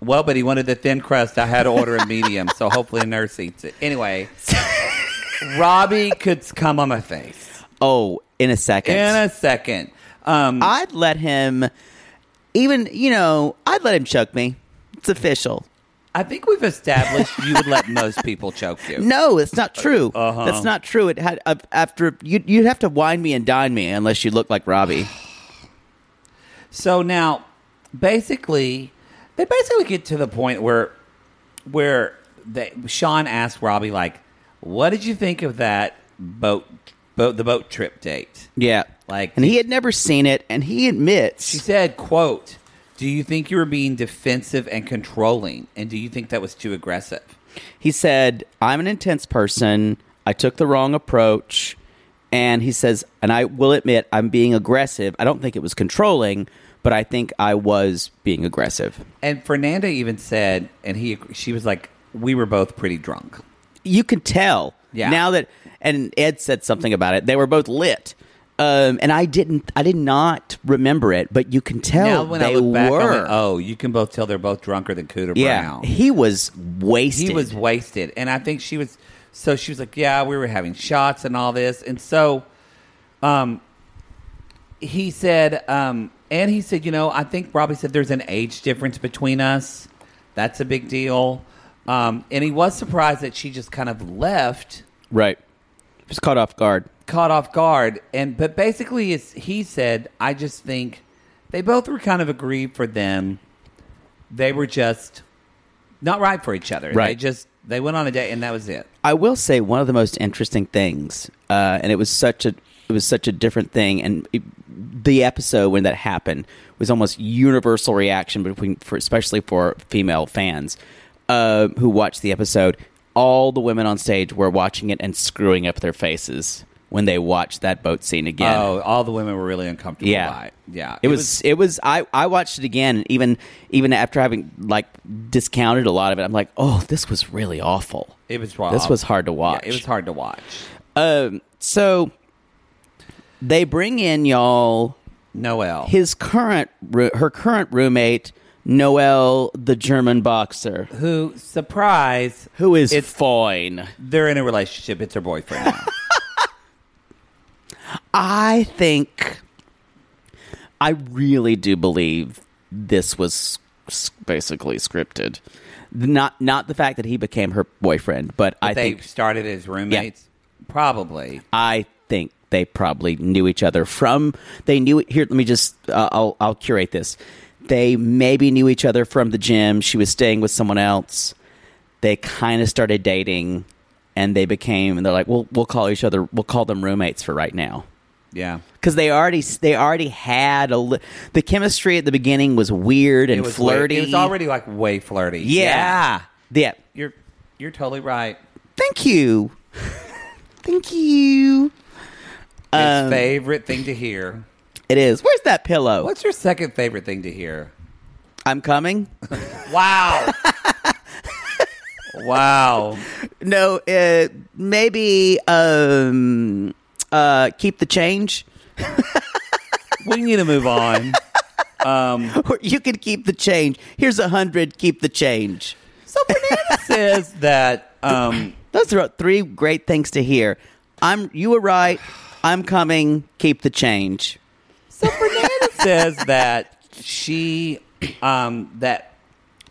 Speaker 2: Well, but he wanted the thin crust. I had to order a medium, so hopefully a nurse eats it. Anyway, Robbie could come on my face
Speaker 3: Oh, in a second.
Speaker 2: in a second. Um,
Speaker 3: I'd let him, even you know, I'd let him choke me. It's official.
Speaker 2: I think we've established you would let most people choke you.
Speaker 3: No, it's not true.
Speaker 2: Uh-huh.
Speaker 3: That's not true. It had uh, after you. You'd have to wine me and dine me unless you look like Robbie.
Speaker 2: So now, basically, they basically get to the point where, where they, Sean asked Robbie, like, "What did you think of that boat, boat, the boat trip date?"
Speaker 3: Yeah,
Speaker 2: Like-
Speaker 3: and he had never seen it, and he admits
Speaker 2: She said, "Quote: Do you think you were being defensive and controlling, and do you think that was too aggressive?"
Speaker 3: he said, "I'm an intense person. I took the wrong approach." And he says, "And I will admit, I'm being aggressive. I don't think it was controlling, but I think I was being aggressive."
Speaker 2: And Fernanda even said, and he, she was like, "We were both pretty drunk."
Speaker 3: you can tell
Speaker 2: Yeah.
Speaker 3: now that and ed said something about it they were both lit um, and i didn't i did not remember it but you can tell
Speaker 2: now when
Speaker 3: they
Speaker 2: I look back,
Speaker 3: were
Speaker 2: I'm like, oh, you can both tell they're both drunker than Cooter
Speaker 3: yeah
Speaker 2: Brown.
Speaker 3: he was wasted
Speaker 2: he was wasted and i think she was so she was like yeah we were having shots and all this and so um he said um and he said you know i think robbie said there's an age difference between us that's a big deal um and he was surprised that she just kind of left
Speaker 3: right he was caught off guard
Speaker 2: caught off guard and but basically it's he said i just think they both were kind of aggrieved for them they were just not right for each other they
Speaker 3: Right.
Speaker 2: just they went on a date and that was it
Speaker 3: I will say one of the most interesting things, uh, and it was such a it was such a different thing, and it, the episode when that happened was almost universal reaction between, for, especially for female fans uh, who watched the episode. All the women on stage were watching it and screwing up their faces when they watched that boat scene again.
Speaker 2: Oh, all the women were really uncomfortable.
Speaker 3: Yeah,
Speaker 2: by it. yeah.
Speaker 3: It, was, It was. I I watched it again, and even even after having like discounted a lot of it, I'm like, oh, this was really awful.
Speaker 2: It was wrong.
Speaker 3: This was hard to
Speaker 2: Yeah,
Speaker 3: watch.
Speaker 2: it was hard to watch.
Speaker 3: Um, so they bring in y'all
Speaker 2: Noel.
Speaker 3: his current roo- her current roommate Noel the German boxer
Speaker 2: who surprise?
Speaker 3: who is
Speaker 2: It's-
Speaker 3: fine.
Speaker 2: They're in a relationship. It's her boyfriend. now.
Speaker 3: I think I really do believe this was s- basically scripted. Not not the fact that he became her boyfriend, but I
Speaker 2: they
Speaker 3: think
Speaker 2: started as roommates. Probably.
Speaker 3: I think they probably knew each other from they knew here let me just uh, I'll I'll curate this. They maybe knew each other from the gym. She was staying with someone else. They kind of started dating and they became and they're like, "We'll we'll call each other we'll call them roommates for right now."
Speaker 2: Yeah.
Speaker 3: Cuz they already they already had a li- the chemistry at the beginning was weird and
Speaker 2: It was
Speaker 3: flirty.
Speaker 2: weird. It was already like way flirty.
Speaker 3: yeah. Yeah.
Speaker 2: You're you're totally right.
Speaker 3: Thank you. Thank you.
Speaker 2: His
Speaker 3: Um,
Speaker 2: favorite thing to hear.
Speaker 3: It is. Where's that pillow?
Speaker 2: What's your second favorite thing to hear?
Speaker 3: I'm coming.
Speaker 2: Wow. wow.
Speaker 3: No, uh, maybe um, uh, keep the change.
Speaker 2: We need to move on.
Speaker 3: Or you could keep the change. Here's a hundred. Keep the change.
Speaker 2: So Fernanda says that um,
Speaker 3: Those are three great things to hear. I'm. You were right. I'm coming. Keep the change.
Speaker 2: So Fernanda says that she um, that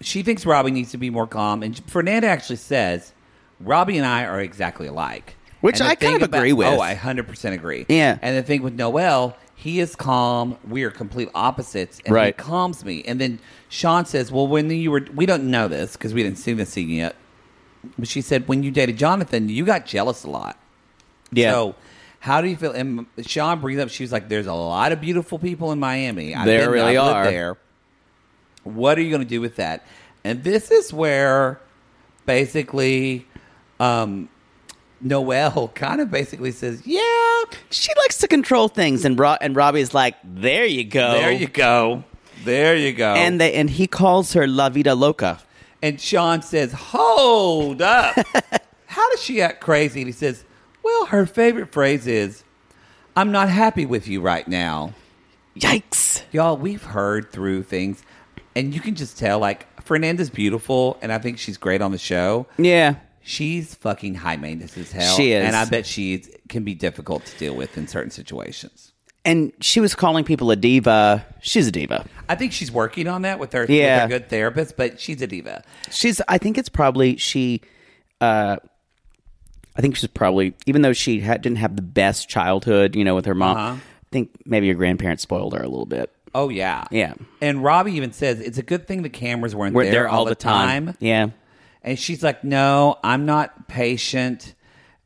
Speaker 2: she thinks Robbie needs to be more calm, and Fernanda actually says Robbie and I are exactly alike,
Speaker 3: Which
Speaker 2: And the
Speaker 3: I kind
Speaker 2: thing
Speaker 3: of agree with.
Speaker 2: Oh, I hundred percent agree.
Speaker 3: Yeah.
Speaker 2: and the thing with Noel. He is calm. We are complete opposites, and he
Speaker 3: Right.
Speaker 2: calms me. And then Sean says, "Well, when you were, we don't know this because we didn't see this scene yet." But she said, "When you dated Jonathan, you got jealous a lot." So, how do you feel? And Sean brings up, she was like, "There's a lot of beautiful people in Miami. I've
Speaker 3: There
Speaker 2: been-
Speaker 3: really
Speaker 2: I've lived
Speaker 3: are.
Speaker 2: There. What are you going to do with that?" And this is where, basically, um, Noel kind of basically says, "Yeah,
Speaker 3: she likes to control things, and Ro- and Robbie's like, "There you go,
Speaker 2: there you go, there you go."
Speaker 3: and they and he calls her La Vida Loca.
Speaker 2: and Sean says, "Hold up, how does she act crazy?" And he says, "Well, her favorite phrase is." I'm not happy with you right now.
Speaker 3: Yikes!
Speaker 2: Y'all, we've heard through things, and you can just tell, like, Fernanda's beautiful, and I think she's great on the show.
Speaker 3: Yeah,
Speaker 2: She's fucking high maintenance as hell.
Speaker 3: She is.
Speaker 2: And I bet she is- can be difficult to deal with in certain situations.
Speaker 3: and she was calling people a diva. She's a diva.
Speaker 2: I think she's working on that with her, with
Speaker 3: Yeah.
Speaker 2: her good therapist, but she's a diva.
Speaker 3: She's. I think it's probably she. Uh, I think she's probably even though she ha- didn't have the best childhood, you know, with her mom. I think maybe her grandparents spoiled her a little bit.
Speaker 2: Oh, yeah.
Speaker 3: Yeah.
Speaker 2: And Robbie even says it's a good thing the cameras weren't
Speaker 3: We're
Speaker 2: there, all the, time.
Speaker 3: Yeah,
Speaker 2: And she's like, no, I'm not patient.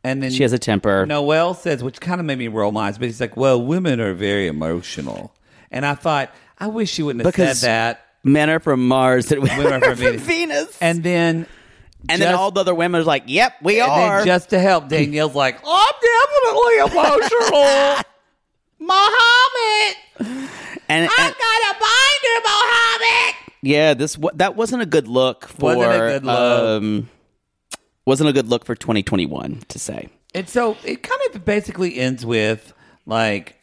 Speaker 2: And then
Speaker 3: she has a temper.
Speaker 2: Noel says, which kind of made me roll my eyes, but he's like, well, women are very emotional. And I thought, I wish she wouldn't have
Speaker 3: Because-
Speaker 2: said that.
Speaker 3: men are from Mars that we
Speaker 2: Women are from Venus.
Speaker 3: Venus.
Speaker 2: And then.
Speaker 3: And then
Speaker 2: just-
Speaker 3: all the other women are like, "Yep, we
Speaker 2: and
Speaker 3: are."
Speaker 2: then just to help, Danielle's like, I'm definitely emotional. Muhammad,
Speaker 3: and, and-
Speaker 2: I
Speaker 3: yeah, this wa- that wasn't a good look for
Speaker 2: Wasn't a good look.
Speaker 3: um, wasn't a good look for 2021 to say.
Speaker 2: And so it kind of basically ends with like,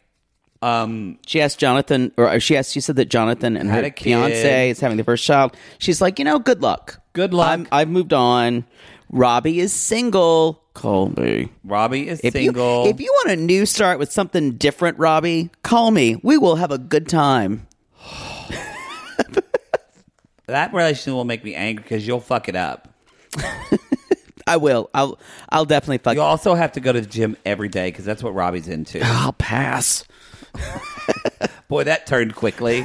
Speaker 2: um,
Speaker 3: She asked Jonathan, or she asked, she said that Jonathan and her
Speaker 2: Had a kid.
Speaker 3: fiance is having their first child. She's like, you know, good luck.
Speaker 2: Good luck.
Speaker 3: I'm, I've moved on. Robbie is single. Call me.
Speaker 2: Robbie is
Speaker 3: If
Speaker 2: single.
Speaker 3: You, if you want a new start with something different, Robbie, call me. We will have a good time.
Speaker 2: that relation will make me angry because you'll fuck it up.
Speaker 3: I will. I'll. I'll definitely fuck.
Speaker 2: You also have to go to the gym every day because that's what Robbie's into.
Speaker 3: I'll pass.
Speaker 2: Boy, that turned quickly.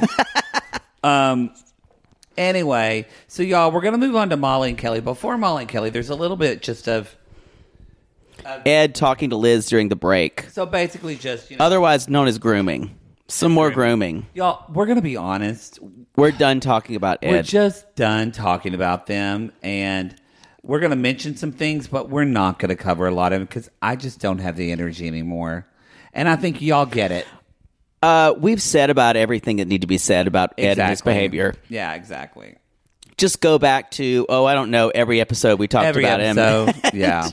Speaker 2: um. Anyway, so y'all, we're gonna move on to Molly and Kelly. Before Molly and Kelly, there's a little bit just of
Speaker 3: Ed talking to Liz during the break,
Speaker 2: so basically just you know,
Speaker 3: otherwise known as grooming. Some more grooming.
Speaker 2: y'all. We're gonna be honest.
Speaker 3: We're done talking about
Speaker 2: We're
Speaker 3: Ed.
Speaker 2: just done talking about them, and we're gonna mention some things, but we're not gonna cover a lot of them because I just don't have the energy anymore, and I think y'all get it.
Speaker 3: uh, we've said about everything that need to be said about Ed and his
Speaker 2: Exactly.
Speaker 3: behavior.
Speaker 2: Yeah, exactly.
Speaker 3: Just go back to oh, I don't know. Every episode we talked
Speaker 2: Every
Speaker 3: about him.
Speaker 2: episode, yeah.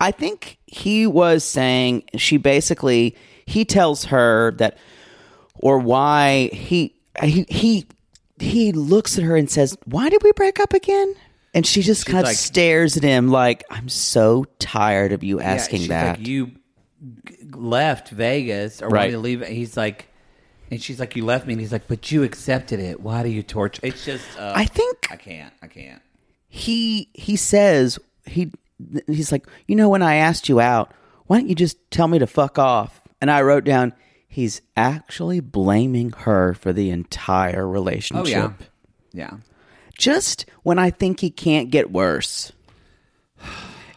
Speaker 3: I think he was saying she basically he tells her that or why he he he he looks at her and says, "Why did we break up again?" And she just kind of
Speaker 2: like-
Speaker 3: stares at him like, "I'm so tired of you
Speaker 2: Yeah,
Speaker 3: asking
Speaker 2: she's
Speaker 3: that."
Speaker 2: Like, you g- left Vegas or
Speaker 3: Right.
Speaker 2: wanted to leave. And he's like, and she's like, you left me. And he's like, but you accepted it. Why do you torture? It's just, uh,
Speaker 3: I think
Speaker 2: I can't, I can't.
Speaker 3: he he says he he's like, "You know when I asked you out, why don't you just tell me to fuck off?" And I wrote down he's actually blaming her for the entire
Speaker 2: Oh
Speaker 3: relationship.
Speaker 2: yeah, yeah.
Speaker 3: just when I think he can't get worse.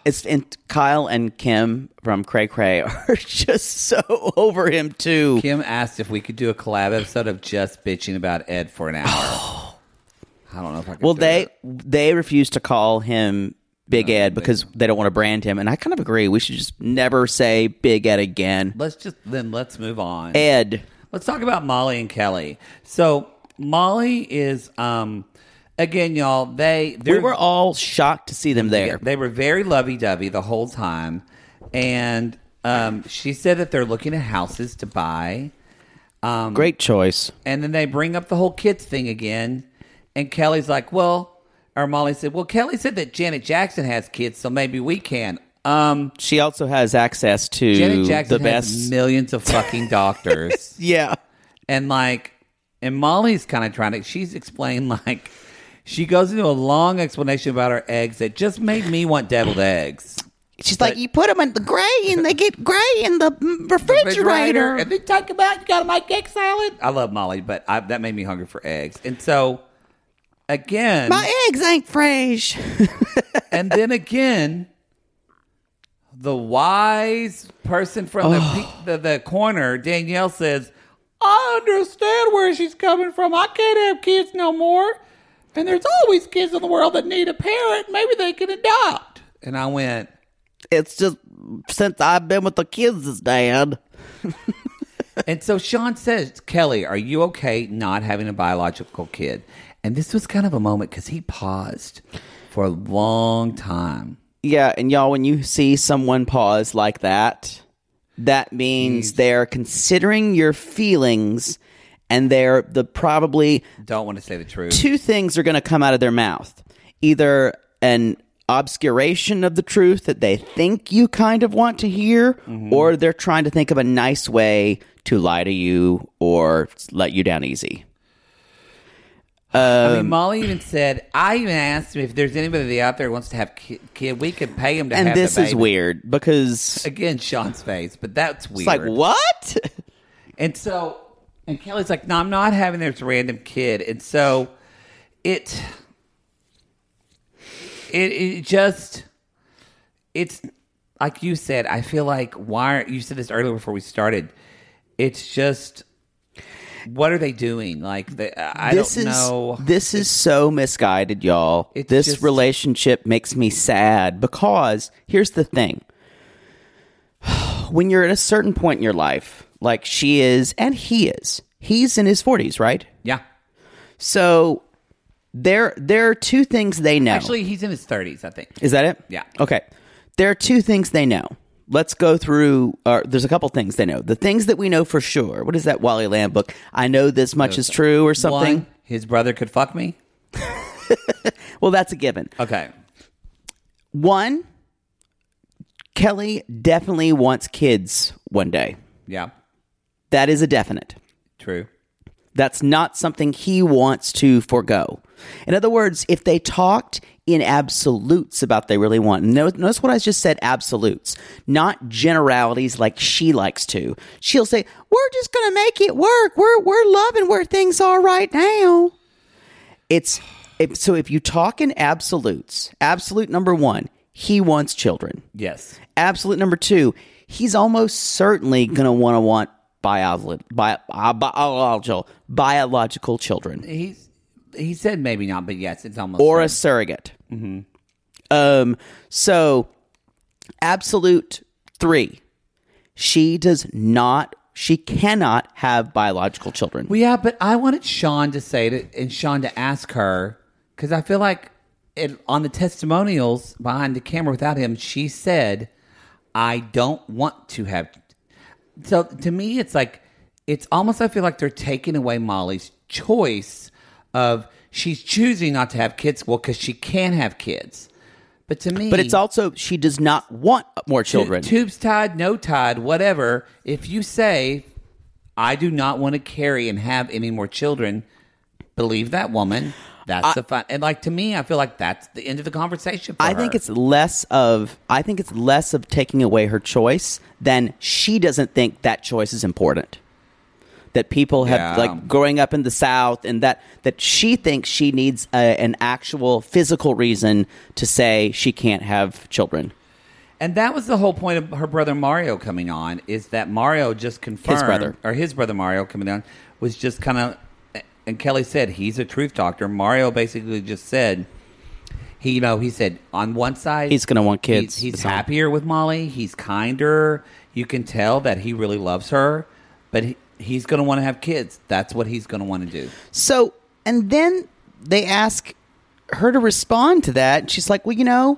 Speaker 3: It's and Kyle and Kim from Cray Cray are just so over him too.
Speaker 2: Kim asked if we could do a collab episode of just bitching about Ed for an hour. I don't know if I can.
Speaker 3: well,
Speaker 2: do
Speaker 3: they
Speaker 2: it.
Speaker 3: they refuse to call him Big Ed because they don't want to brand him, and I kind of agree. We should just never say Big Ed again.
Speaker 2: Let's just then let's move on.
Speaker 3: Ed,
Speaker 2: Let's talk about Molly and Kelly. So Molly is, um, again, y'all. They
Speaker 3: we
Speaker 2: they're-
Speaker 3: were all shocked to see them there.
Speaker 2: They were very lovey dovey the whole time. And um, she said that they're looking at houses to buy. um,
Speaker 3: Great choice.
Speaker 2: And then they bring up the whole kids thing again. And Kelly's like, well, or Molly said, well, Kelly said that Janet Jackson has kids, so maybe we can. Um,
Speaker 3: She also has access to
Speaker 2: Janet Jackson
Speaker 3: the
Speaker 2: has
Speaker 3: best.
Speaker 2: millions of fucking doctors.
Speaker 3: yeah,
Speaker 2: and like and molly's kind of trying to she's explained like she goes into a long explanation about her eggs that just made me want deviled eggs
Speaker 3: she's like, you put them in the gray, and they get gray in the mm, refrigerator.
Speaker 2: and they talk about you gotta make egg salad i love molly but I, that made me hungry for eggs and so again
Speaker 3: eggs ain't fresh.
Speaker 2: and then again the wise person from the, pe- the the corner danielle says i understand where she's coming from i can't have kids no more and there's always kids in the world that need a parent maybe they can adopt and i went
Speaker 3: it's just since I've been with the kids is dad.
Speaker 2: and so Sean says, Kelly, are you okay not having a biological kid? And this was kind of a moment because he paused for a long time.
Speaker 3: Yeah, and y'all, when you see someone pause like that, that means they're considering your feelings, and they're the probably
Speaker 2: Don't want to say the truth.
Speaker 3: two things are going to come out of their mouth either an obscuration of the truth that they think you kind of want to hear
Speaker 2: Mm-hmm.
Speaker 3: or they're trying to think of a nice way to lie to you or let you down easy Um,
Speaker 2: I mean, Molly even said, I even asked him if there's anybody out there who wants to have ki- kid. We could pay him to
Speaker 3: and
Speaker 2: have the
Speaker 3: this is
Speaker 2: baby.
Speaker 3: weird because
Speaker 2: Again, Sean's face, but that's weird.
Speaker 3: it's like what
Speaker 2: And so, and Kelly's like, no, I'm not having this random kid. And so, it, it, it just, it's like you said, I feel like, why are you said this earlier before we started? It's just, what are they doing? Like, they, I
Speaker 3: this
Speaker 2: don't
Speaker 3: is
Speaker 2: know.
Speaker 3: this is so misguided y'all
Speaker 2: It's
Speaker 3: this
Speaker 2: just-
Speaker 3: relationship makes me sad because here's the thing when you're at a certain point in your life like she is and he is he's in his 40s right
Speaker 2: yeah.
Speaker 3: so there there are two things they know
Speaker 2: Actually, he's in his 30s, I think.
Speaker 3: is that it?
Speaker 2: Yeah.
Speaker 3: Okay. There are two things they know. Let's go through. Or there's a couple things they know. The things that we know for sure. What is that Wally Lamb book? I know this much is true, or something.
Speaker 2: One, his brother could fuck me.
Speaker 3: Well, that's a given.
Speaker 2: Okay.
Speaker 3: One, Kelly definitely wants kids one day.
Speaker 2: Yeah.
Speaker 3: That is a definite.
Speaker 2: True.
Speaker 3: That's not something he wants to forego. In other words, if they talked in absolutes about they really want, no- notice what I just said absolutes, not generalities like she likes to. She'll say, We're just going to make it work. We're, we're loving where things are right now. It's if, so if you talk in absolutes, absolute number one, he wants children.
Speaker 2: Yes.
Speaker 3: Absolute number two, he's almost certainly going to want to want biolo- bi- uh, biological biological children
Speaker 2: He's, he said maybe not, but yes, it's almost.
Speaker 3: or
Speaker 2: like-
Speaker 3: a surrogate. Um, so, absolute three, she does not, she cannot have biological children.
Speaker 2: Well, yeah, but I wanted Sean to say it and Sean to ask her because I feel like it, on the testimonials behind the camera without him, she said, I don't want to have. So to me, it's like, it's almost, I feel like they're taking away Molly's choice of she's choosing not to have kids. Well, because she can have kids. But to me,
Speaker 3: but it's also she does not want more
Speaker 2: Tu-
Speaker 3: children.
Speaker 2: tubes tied, no tied, whatever. If you say, I do not want to carry and have any more children, believe that woman. That's the fun. And like to me, I feel like that's the end of the conversation. For
Speaker 3: I think
Speaker 2: her.
Speaker 3: it's less of I think it's less of taking away her choice than she doesn't think that choice is important. That people have
Speaker 2: Yeah.
Speaker 3: like growing up in the South, and that that she thinks she needs a, an actual physical reason to say she can't have children.
Speaker 2: And that was the whole point of her brother Mario coming on is that Mario just confirmed
Speaker 3: brother.
Speaker 2: or his brother Mario coming on was just kind of and Kelly said he's a truth doctor. Mario basically just said he you know he said on one side
Speaker 3: He's gonna want kids.
Speaker 2: He's, he's
Speaker 3: That's all.
Speaker 2: happier with Molly. He's kinder. You can tell that he really loves her, but he, he's going to want to have kids. That's what he's going to want to do.
Speaker 3: So, and then they ask her to respond to that. And she's like, well, you know,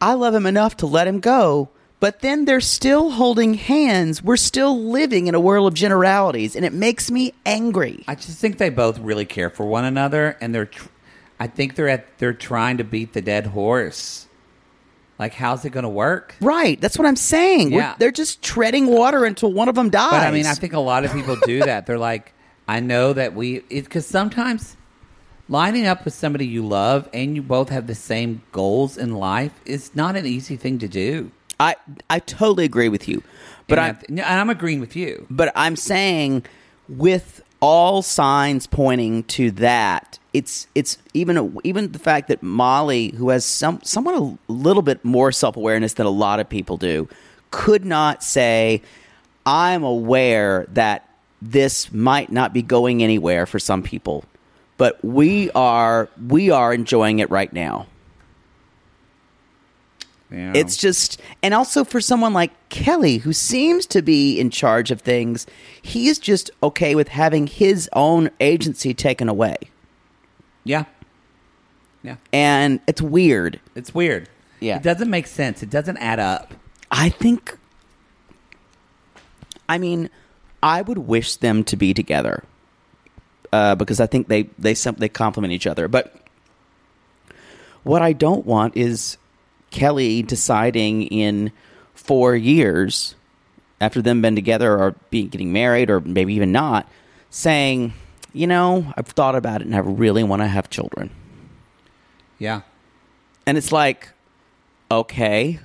Speaker 3: I love him enough to let him go. But then they're still holding hands. We're still living in a world of generalities, and it makes me angry.
Speaker 2: I just think they both really care for one another, and they're. Tr- I think they're at. They're trying to beat the dead horse. Like, how's it going to work?
Speaker 3: Right. That's what I'm saying. We're-
Speaker 2: Yeah.
Speaker 3: They're just treading water until one of them dies.
Speaker 2: But I mean, I think a lot of people do that. They're like, I know that we, because sometimes lining up with somebody you love and you both have the same goals in life is not an easy thing to do.
Speaker 3: I, I totally agree with you. But
Speaker 2: and
Speaker 3: I,
Speaker 2: I th- and I'm agreeing with you.
Speaker 3: But I'm saying with all signs pointing to that, it's it's even even the fact that Molly, who has some somewhat a little bit more self awareness than a lot of people do, could not say, "I'm aware that this might not be going anywhere for some people, but we are we are enjoying it right now."
Speaker 2: Yeah.
Speaker 3: It's just, and also for someone like Kelly, who seems to be in charge of things, he is just okay with having his own agency taken away.
Speaker 2: Yeah. Yeah.
Speaker 3: And it's weird.
Speaker 2: It's weird.
Speaker 3: Yeah.
Speaker 2: It doesn't make sense. It doesn't add up.
Speaker 3: I think, I mean, I would wish them to be together uh, because I think they they some, they complement each other. But what I don't want is Kelly deciding in four years after them been together or being getting married or maybe even not saying, you know, I've thought about it and I really want to have children.
Speaker 2: Yeah.
Speaker 3: And it's like, okay,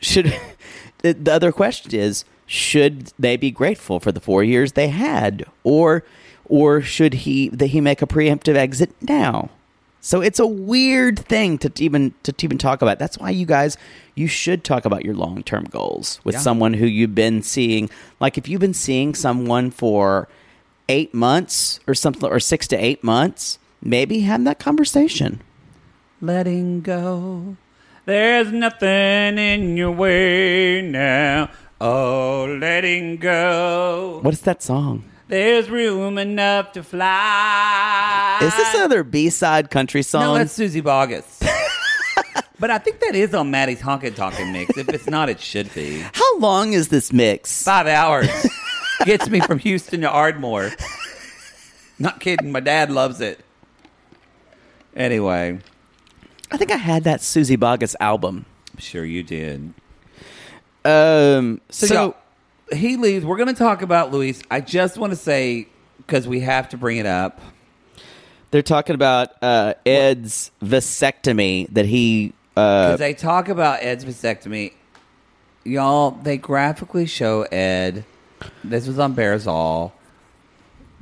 Speaker 3: should the, the other question is, should they be grateful for the four years they had, or or should he that he make a preemptive exit now? So it's a weird thing to even to even talk about. That's why you guys you should talk about your long term goals with
Speaker 2: Yeah.
Speaker 3: someone who you've been seeing. Like if you've been seeing someone for eight months or something, or six to eight months, maybe have that conversation.
Speaker 2: Letting go. There's nothing in your way now. Oh, letting go.
Speaker 3: What is that song?
Speaker 2: There's room enough to fly.
Speaker 3: Is this another B side country song?
Speaker 2: Uh, No, that's Susie Boggess. but I think that is on Maddie's Honkin' Talking mix. If it's not, it should be.
Speaker 3: How long is this mix?
Speaker 2: Five hours gets me from Houston to Ardmore. Not kidding. My dad loves it. Anyway,
Speaker 3: I think I had that Susie Boggess album.
Speaker 2: I'm sure you did.
Speaker 3: Um,
Speaker 2: So,
Speaker 3: so,
Speaker 2: y'all, he leaves. We're going to talk about Luis. I just want to say because we have to bring it up.
Speaker 3: they're talking about uh, Ed's vasectomy that he. Uh,
Speaker 2: Because they talk about Ed's vasectomy. Y'all, they graphically show Ed, this was on Bearzall,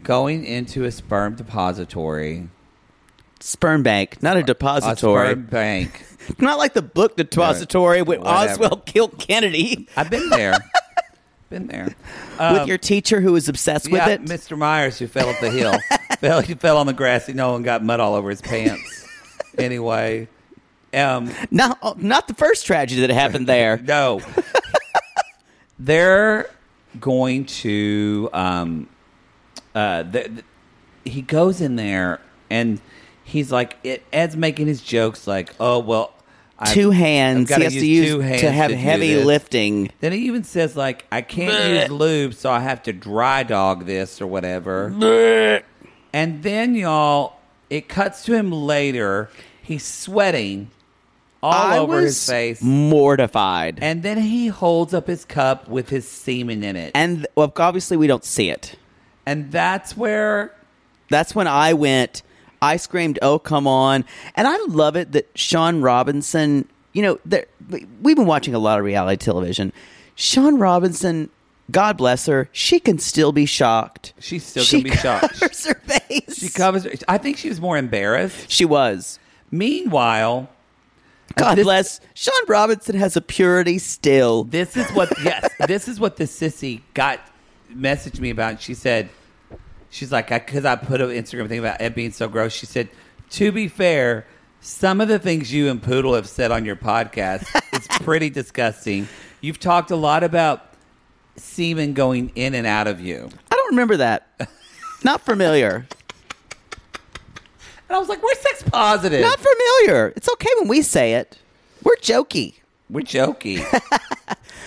Speaker 2: going into a sperm depository.
Speaker 3: sperm uh, bank, not a
Speaker 2: A
Speaker 3: depository.
Speaker 2: sperm bank.
Speaker 3: Not like the book depository with
Speaker 2: Whatever.
Speaker 3: Oswald killed Kennedy
Speaker 2: I've been there. been there.
Speaker 3: with your teacher who was obsessed
Speaker 2: Um, yeah,
Speaker 3: with it.
Speaker 2: Mr. Myers who fell up the hill. fell, he fell on the grass. He no and got mud all over his pants. anyway. Um,
Speaker 3: not, oh, not the first tragedy that happened there.
Speaker 2: No. They're going to. Um, uh, th th- he goes in there and he's like, it, Ed's making his jokes like, oh, well. I've-
Speaker 3: two
Speaker 2: I've
Speaker 3: hands.
Speaker 2: gotta
Speaker 3: he has to use
Speaker 2: two hands
Speaker 3: to have
Speaker 2: do
Speaker 3: heavy
Speaker 2: this.
Speaker 3: lifting.
Speaker 2: Then he even says, like, I can't use lube, so I have to dry dog this or whatever. And then, y'all, it cuts to him later. He's sweating all
Speaker 3: I
Speaker 2: over his
Speaker 3: was
Speaker 2: face.
Speaker 3: Mortified.
Speaker 2: And then he holds up his cup with his semen in it.
Speaker 3: and well, obviously we don't see it.
Speaker 2: And that's where
Speaker 3: That's when I went. I screamed, "Oh come on!" And I love it that Sean Robinson. You know, there, we've been watching a lot of reality television. Sean Robinson, God bless her, she can still be shocked.
Speaker 2: she still
Speaker 3: she
Speaker 2: can be shocked.
Speaker 3: covers her face.
Speaker 2: She covers. I think she was more embarrassed.
Speaker 3: She was.
Speaker 2: Meanwhile,
Speaker 3: God
Speaker 2: this-
Speaker 3: bless. Sean Robinson has a purity still.
Speaker 2: this is what yes, this is what the sissy got messaged me about. She said, she's like, because I, put an Instagram thing about it being so gross. She said, to be fair, some of the things you and Poodle have said on your podcast is pretty disgusting. You've talked a lot about semen going in and out of you.
Speaker 3: I don't remember that. Not familiar.
Speaker 2: And I was like, we're sex positive.
Speaker 3: Not familiar. It's okay when we say it. We're jokey.
Speaker 2: we're jokey.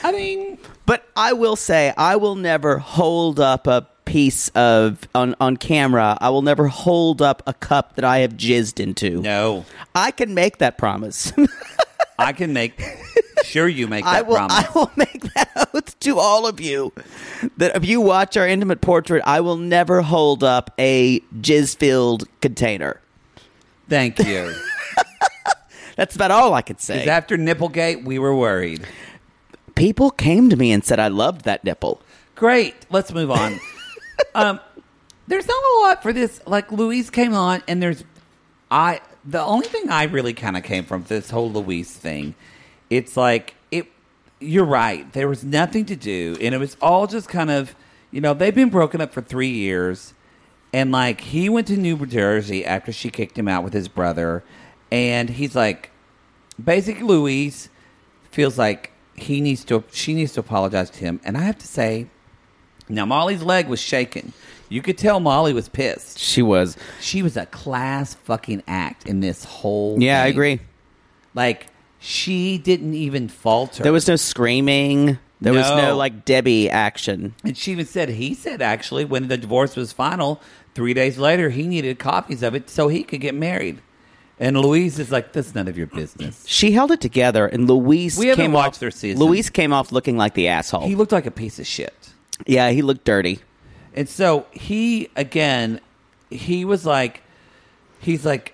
Speaker 2: I mean,
Speaker 3: But I will say, I will never hold up a piece of on on camera. I will never hold up a cup that I have jizzed into.
Speaker 2: no,
Speaker 3: I can make that promise.
Speaker 2: I can make sure you make that
Speaker 3: I will.
Speaker 2: promise.
Speaker 3: I will make that oath to all of you that if you watch our intimate portrait, I will never hold up a jizz filled container.
Speaker 2: Thank you.
Speaker 3: That's about all I could say.
Speaker 2: Because after Nipplegate, we were worried.
Speaker 3: People came to me and said I loved that nipple.
Speaker 2: Great. Let's move on. um, there's not a lot for this. Like Louise came on, and there's I. The only thing I really kind of came from this whole Louise thing, it's like it. You're right. There was nothing to do, and it was all just kind of, you know, they've been broken up for three years, and like he went to New Jersey after she kicked him out with his brother, and he's like, Basic Louise feels like he needs to, she needs to apologize to him. And I have to say, now Molly's leg was shaking. You could tell Molly was pissed.
Speaker 3: She was.
Speaker 2: She was a class fucking act in this whole.
Speaker 3: Yeah, I
Speaker 2: thing.
Speaker 3: agree.
Speaker 2: Like she didn't even falter.
Speaker 3: There was no screaming. There was
Speaker 2: No.
Speaker 3: no like Debbie action.
Speaker 2: And she even said, he said actually, when the divorce was final, three days later, he needed copies of it so he could get married. And Louise is like, that's none of your business.
Speaker 3: She held it together, and Luis
Speaker 2: We haven't
Speaker 3: came
Speaker 2: watched
Speaker 3: off.
Speaker 2: their season.
Speaker 3: Luis came off looking like the asshole.
Speaker 2: He looked like a piece of shit.
Speaker 3: yeah, he looked dirty.
Speaker 2: And so he, again, he was like, he's like,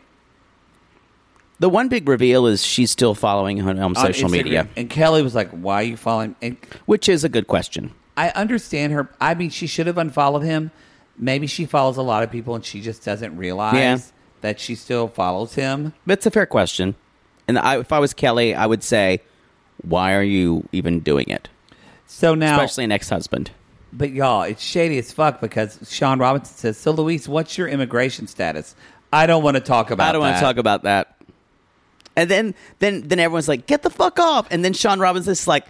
Speaker 3: The one big reveal is she's still following him on
Speaker 2: on
Speaker 3: social
Speaker 2: Instagram.
Speaker 3: media,
Speaker 2: And Kelly was like, why are you following? And
Speaker 3: which is a good question.
Speaker 2: I understand her. I mean, she should have unfollowed him. Maybe she follows a lot of people and she just doesn't realize
Speaker 3: Yeah.
Speaker 2: that she still follows him.
Speaker 3: That's a fair question. And I, if I was Kelly, I would say, why are you even doing it?
Speaker 2: So now,
Speaker 3: Especially an ex-husband.
Speaker 2: But y'all, it's shady as fuck because Sean Robinson says, "So Luis, what's your immigration status?" I don't want to talk about.
Speaker 3: I don't want to talk about that. And then, then, then everyone's like, "Get the fuck off!" And then Sean Robinson's just like,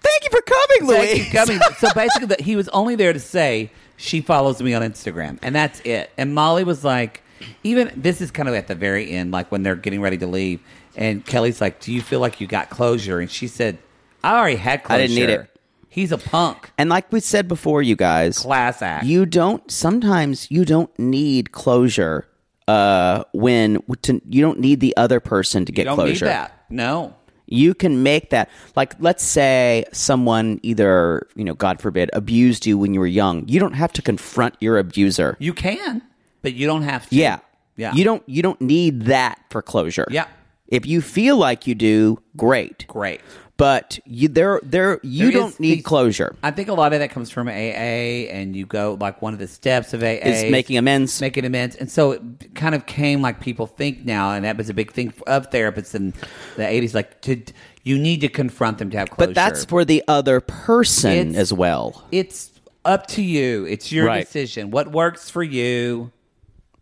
Speaker 3: "Thank you for coming, Louis."
Speaker 2: Thank you, Gummy. so basically, that he was only there to say she follows me on Instagram, and that's it. And Molly was like, even this is kind of at the very end, like when they're getting ready to leave, and Kelly's like, "Do you feel like you got closure?" And she said, "I already had
Speaker 3: I
Speaker 2: closure.
Speaker 3: didn't need it.
Speaker 2: He's a punk,
Speaker 3: And like we said before, you guys,
Speaker 2: class act.
Speaker 3: you don't. Sometimes you don't need closure. Uh, when to, you don't need the other person to get
Speaker 2: You don't
Speaker 3: closure.
Speaker 2: need that. No,
Speaker 3: You can make that like let's say someone either, you know, God forbid, abused you when you were young. You don't have to confront your abuser.
Speaker 2: you can, but you don't have to.
Speaker 3: yeah.
Speaker 2: yeah.
Speaker 3: You don't you don't need that for closure.
Speaker 2: Yeah.
Speaker 3: If you feel like you do, great.
Speaker 2: Great.
Speaker 3: But you there there you
Speaker 2: There
Speaker 3: don't
Speaker 2: is
Speaker 3: need
Speaker 2: these-
Speaker 3: closure.
Speaker 2: I think a lot of that comes from AA, and you go like one of the steps of AA
Speaker 3: Is making amends.
Speaker 2: making amends, and so it kind of came like people think now, and that was a big thing of therapists in the eighties. Like, to, you need to confront them to have closure.
Speaker 3: but that's for the other person
Speaker 2: It's-
Speaker 3: as well.
Speaker 2: it's up to you. It's your
Speaker 3: Right.
Speaker 2: decision. What works for you?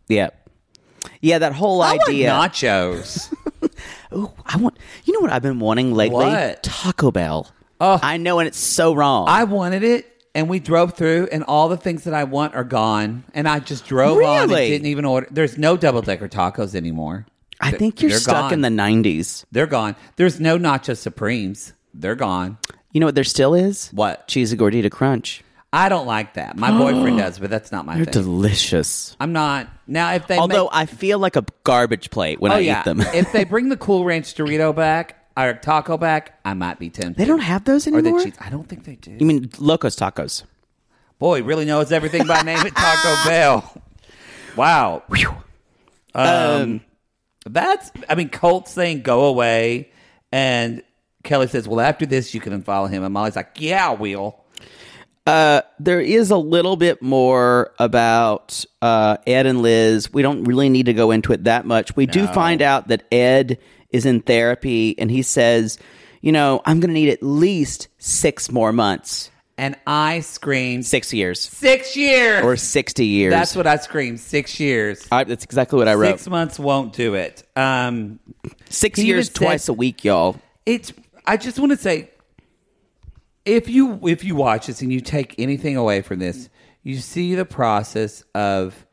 Speaker 3: Yeah. Yeah, that whole
Speaker 2: I want
Speaker 3: idea.
Speaker 2: nachos.
Speaker 3: Ooh, I want you know what I've been wanting lately?
Speaker 2: What?
Speaker 3: Taco Bell. Oh. I know and it's so wrong.
Speaker 2: I wanted it. And we drove through, and all the things that I want are gone. And I just drove on and
Speaker 3: Really?
Speaker 2: didn't even order. There's no double decker tacos anymore.
Speaker 3: I
Speaker 2: Th-
Speaker 3: think you're
Speaker 2: they're
Speaker 3: stuck in
Speaker 2: gone.
Speaker 3: the 90s.
Speaker 2: They're gone. There's no Nacho Supremes. They're gone.
Speaker 3: You know what there still is?
Speaker 2: What?
Speaker 3: Cheesy Gordita Crunch.
Speaker 2: I don't like that. My boyfriend does, but that's not my
Speaker 3: They're
Speaker 2: thing.
Speaker 3: delicious.
Speaker 2: I'm not now if they
Speaker 3: Although
Speaker 2: make,
Speaker 3: I feel like a garbage plate when
Speaker 2: oh
Speaker 3: I
Speaker 2: yeah,
Speaker 3: eat them.
Speaker 2: if they bring the Cool Ranch Dorito back or taco back, I might be tempted.
Speaker 3: they don't have those
Speaker 2: or the
Speaker 3: anymore?
Speaker 2: cheese. I don't think they do.
Speaker 3: You mean Locos Tacos?
Speaker 2: Boy really knows everything by name at Taco Bell. Wow. Um, that's I mean Colt's saying go away, and Kelly says, "Well, after this, you can unfollow him." And Molly's like, "Yeah, I will."
Speaker 3: There is a little bit more about uh, Ed and Liz. We don't really need to go into it that much. We do find out that Ed is in therapy and he says, you know, I'm going to need at least six more months,
Speaker 2: And I screamed
Speaker 3: six years,
Speaker 2: Six years.
Speaker 3: or 60 years.
Speaker 2: That's what I screamed. Six years.
Speaker 3: I, that's exactly what I wrote.
Speaker 2: Six months won't do it. Um,
Speaker 3: Six
Speaker 2: He even
Speaker 3: years
Speaker 2: said-
Speaker 3: twice a week, y'all.
Speaker 2: it's. I just want to say, if you if you watch this and you take anything away from this, you see the process of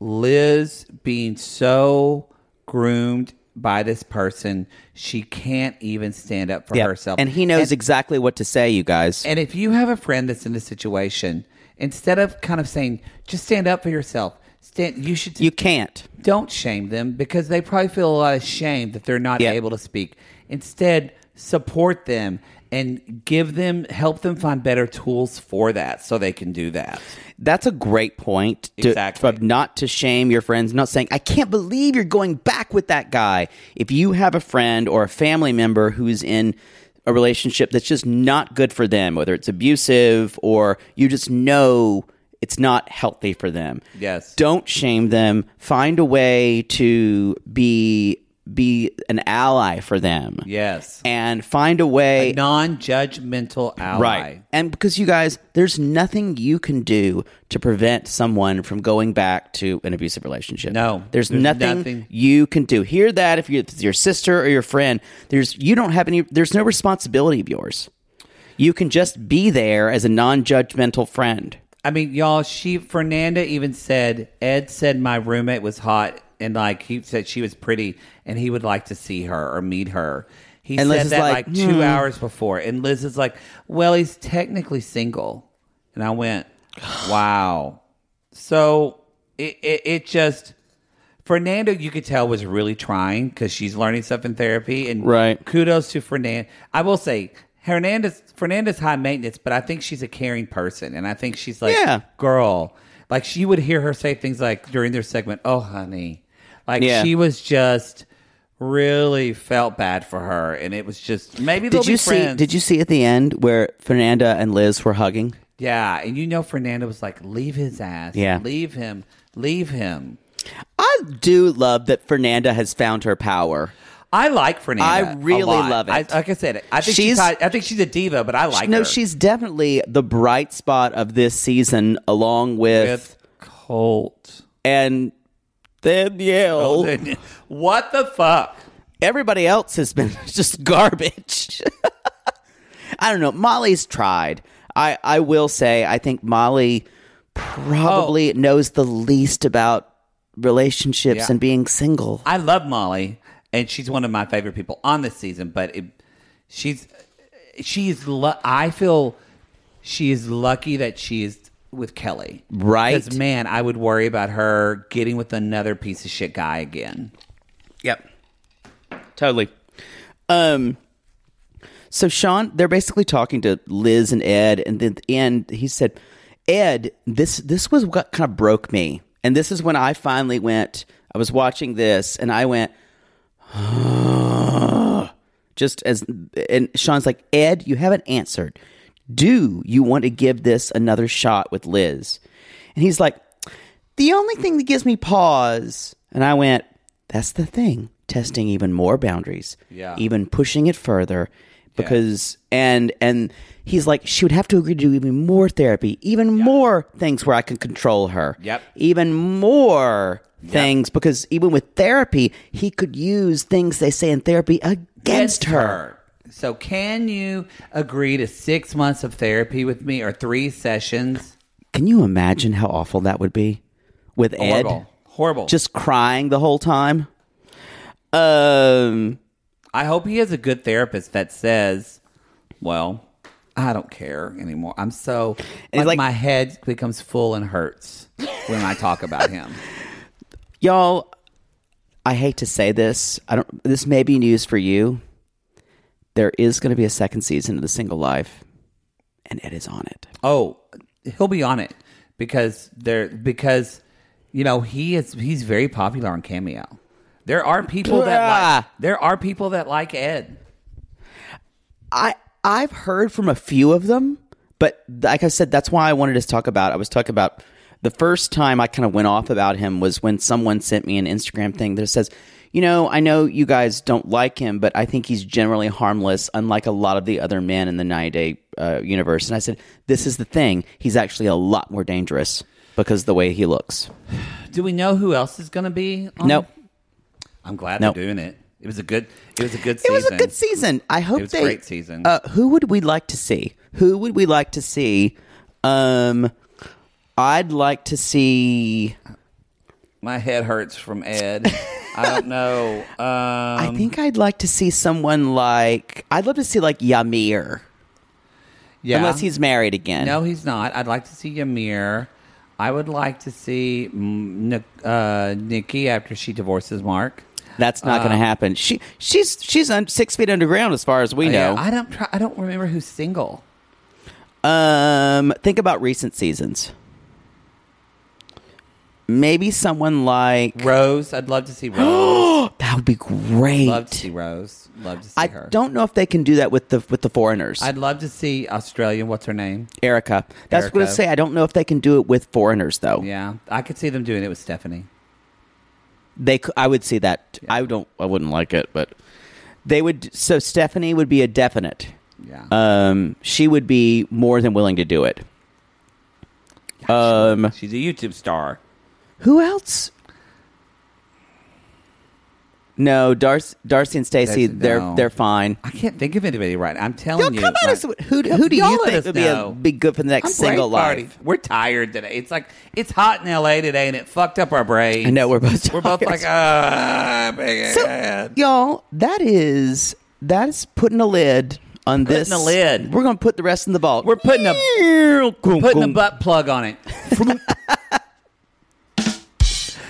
Speaker 2: Liz being so groomed by this person, she can't even stand up for herself,
Speaker 3: And he knows exactly what to say, you guys.
Speaker 2: And if you have a friend that's in this situation, instead of kind of saying, "Just stand up for yourself," stand. You should.
Speaker 3: you can't.
Speaker 2: don't shame them because they probably feel a lot of shame that they're not
Speaker 3: Yeah.
Speaker 2: able to speak. Instead, support them and give them help them find better tools for that so they can do that.
Speaker 3: That's a great point. To,
Speaker 2: Exactly.
Speaker 3: From not to shame your friends, not saying, I can't believe you're going back with that guy. If you have a friend or a family member who's in a relationship that's just not good for them, whether it's abusive or you just know it's not healthy for them.
Speaker 2: Yes.
Speaker 3: Don't shame them. Find a way to be be an ally for them.
Speaker 2: Yes.
Speaker 3: And find a way
Speaker 2: non judgmental ally.
Speaker 3: Right. And because you guys, there's nothing you can do to prevent someone from going back to an abusive relationship.
Speaker 2: No,
Speaker 3: There's,
Speaker 2: there's
Speaker 3: nothing,
Speaker 2: nothing.
Speaker 3: you can do. Hear that if, you, if it's your sister or your friend, there's you don't have any there's no responsibility of yours. You can just be there as a non-judgmental friend.
Speaker 2: I mean, y'all, she Fernanda even said Ed said my roommate was hot and like he said she was pretty and he would like to see her or meet her. He
Speaker 3: And Liz
Speaker 2: said
Speaker 3: is
Speaker 2: that
Speaker 3: like,
Speaker 2: like, two
Speaker 3: "Hmm."
Speaker 2: hours before. And Liz is like, Well, he's technically single. And I went, Wow. So it it, it just Fernando, you could tell, was really trying because she's learning stuff in therapy. And
Speaker 3: Right.
Speaker 2: kudos to Fernand. I will say, Hernandez, Fernandez high maintenance, but I think she's a caring person. And I think she's like,
Speaker 3: Yeah.
Speaker 2: girl. Like, she would hear her say things like during their segment, oh, honey. Like,
Speaker 3: Yeah.
Speaker 2: she was just really felt bad for her. And it was just, maybe they'll
Speaker 3: Did you
Speaker 2: be
Speaker 3: see
Speaker 2: friends.
Speaker 3: did you see at the end where Fernanda and Liz were hugging?
Speaker 2: Yeah. And you know, Fernando was like, leave his ass.
Speaker 3: Yeah.
Speaker 2: Leave him. Leave him.
Speaker 3: I do love that Fernanda has found her power.
Speaker 2: I like Fernanda.
Speaker 3: I
Speaker 2: a
Speaker 3: really
Speaker 2: lot.
Speaker 3: love it.
Speaker 2: I, like I said, I think
Speaker 3: She's-
Speaker 2: she's. hot- I think she's a diva, but I like
Speaker 3: no,
Speaker 2: her.
Speaker 3: she's definitely the bright spot of this season, along with,
Speaker 2: with Colt.
Speaker 3: and Oh, Danielle.
Speaker 2: what the fuck?
Speaker 3: Everybody else has been just garbage. I don't know. Molly's tried. I I will say I think Molly probably knows the least about relationships
Speaker 2: Yeah.
Speaker 3: and being single.
Speaker 2: I love Molly, and she's one of my favorite people on this season. But it, she's she's. Lu- I feel she is lucky that she is with Kelly.
Speaker 3: Right.
Speaker 2: Because man, I would worry about her getting with another piece of shit guy again.
Speaker 3: Yep. Totally. Um so Sean, they're basically talking to Liz and Ed, and then at the end he said, Ed, this this was what kind of broke me. And this is when I finally went, I was watching this and I went, just as and Sean's like, Ed, you haven't answered. Do you want to give this another shot with Liz? And he's like, the only thing that gives me pause. And I went, that's the thing. Testing even more boundaries.
Speaker 2: Yeah.
Speaker 3: Even pushing it further. Because and and he's like, she would have to agree to do even more therapy, even more things where I can control her.
Speaker 2: Yep.
Speaker 3: Even more things because even with therapy, he could use things they say in therapy against her.
Speaker 2: So can you agree to six months of therapy with me or three sessions?
Speaker 3: Can you imagine how awful that would be with Ed?
Speaker 2: Horrible. Horrible.
Speaker 3: Just crying the whole time. Um,
Speaker 2: I hope he is a good therapist that says, "Well, I don't care anymore. I'm so
Speaker 3: And he's
Speaker 2: like,
Speaker 3: like-
Speaker 2: my head becomes full and hurts when I talk about him."
Speaker 3: y'all, I hate to say this. I don't. This may be news for you. There is going to be a second season of The Single Life, and Ed is on it.
Speaker 2: Oh, he'll be on it because there because you know he is he's very popular on Cameo. There are people that like,
Speaker 3: Yeah.
Speaker 2: there are people that like Ed.
Speaker 3: I I've heard from a few of them, but like I said, that's why I wanted to talk about. I was talking about the first time I kind of went off about him was when someone sent me an Instagram thing that says, you know, I know you guys don't like him, but I think he's generally harmless, unlike a lot of the other men in the 90 Day uh, universe. And I said, this is the thing. He's actually a lot more dangerous because of the way he looks.
Speaker 2: Do we know who else is going to be? on-
Speaker 3: Nope.
Speaker 2: I'm glad
Speaker 3: Nope.
Speaker 2: they're doing it. It was a good. It was a good
Speaker 3: It
Speaker 2: season.
Speaker 3: was a good season. I hope
Speaker 2: It was a
Speaker 3: they,
Speaker 2: great season.
Speaker 3: Uh, who would we like to see? Who would we like to see? Um, I'd like to see.
Speaker 2: My head hurts from Ed. I don't know. Um,
Speaker 3: I think I'd like to see someone like. I'd love to see like Yamir,
Speaker 2: yeah.
Speaker 3: unless he's married again.
Speaker 2: no, he's not. I'd like to see Yamir. I would like to see mm, Nic- uh, Nikki after she divorces Mark.
Speaker 3: that's not
Speaker 2: Uh,
Speaker 3: going to happen. She she's she's un, six feet underground as far as we
Speaker 2: Oh, Yeah,
Speaker 3: know.
Speaker 2: I don't. Try, I don't remember who's single.
Speaker 3: Um, think about recent seasons. Maybe someone like
Speaker 2: Rose. I'd love to see Rose.
Speaker 3: that would be great.
Speaker 2: love to see Rose. Love to see
Speaker 3: I
Speaker 2: her.
Speaker 3: don't know if they can do that with the with the foreigners.
Speaker 2: I'd love to see Australia. What's her name?
Speaker 3: Erica. That's what I was
Speaker 2: Erica.
Speaker 3: gonna say. Oh. I don't know if they can do it with foreigners though.
Speaker 2: Yeah, I could see them doing it with Stephanie.
Speaker 3: They, c- I would see that. I don't. I wouldn't like it, but they would. So Stephanie would be a definite.
Speaker 9: Yeah.
Speaker 3: Um, she would be more than willing to do it. Um,
Speaker 2: She's a YouTube star.
Speaker 3: who else? No, Darcy, Darcy and Stacy.
Speaker 2: That's-
Speaker 3: They're
Speaker 2: no.
Speaker 3: they're fine.
Speaker 2: I can't think of anybody right. now. I'm telling
Speaker 3: Y'all
Speaker 2: you.
Speaker 3: come on,
Speaker 2: like-
Speaker 3: us. with- Who, who do
Speaker 2: Y'all
Speaker 3: you
Speaker 2: let
Speaker 3: think
Speaker 2: us
Speaker 3: would be, a,
Speaker 2: know.
Speaker 3: be good for the next
Speaker 2: I'm
Speaker 3: single
Speaker 2: brain farting.
Speaker 3: life?
Speaker 2: We're tired today. It's like it's hot in LA today, and it fucked up our brains.
Speaker 3: I know we're both.
Speaker 2: We're both
Speaker 3: tired.
Speaker 2: like, uh, ah, big
Speaker 3: So,
Speaker 2: head.
Speaker 3: y'all, that is that is putting a lid on this.
Speaker 2: Putting a lid.
Speaker 3: We're gonna put the rest in the vault.
Speaker 2: We're putting a putting a butt plug on it.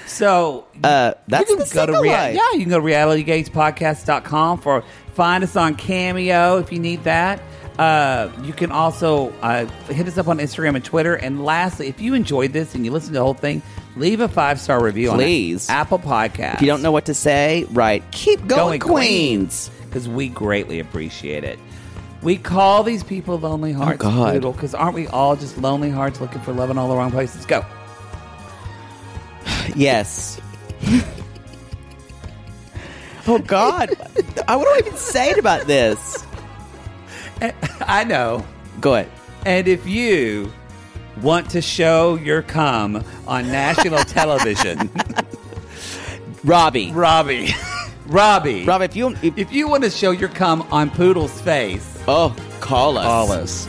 Speaker 2: so
Speaker 3: Uh, that's
Speaker 2: you can
Speaker 3: the
Speaker 2: go to
Speaker 3: single
Speaker 2: rea-
Speaker 3: life.
Speaker 2: yeah, you can go to realitygatespodcast.com for find us on Cameo if you need that. Uh, you can also uh, hit us up on Instagram and Twitter. And lastly, if you enjoyed this and you listened to the whole thing, leave a five star review
Speaker 3: Please.
Speaker 2: on Apple Podcast.
Speaker 3: If you don't know what to say, right? Keep going, Queens.
Speaker 2: because we greatly appreciate it. We call these people lonely hearts,
Speaker 3: God.
Speaker 2: because aren't we all just lonely hearts looking for love in all the wrong places? Go.
Speaker 3: Yes. oh God, I, what do I even say about this?
Speaker 2: I know.
Speaker 3: Go ahead.
Speaker 2: And if you want to show your cum on national television,
Speaker 3: Robbie.
Speaker 2: Robbie, Robbie,
Speaker 3: Robbie, if you if,
Speaker 2: if you want to show your cum on Poodle's face,
Speaker 3: oh, call us.
Speaker 2: call us.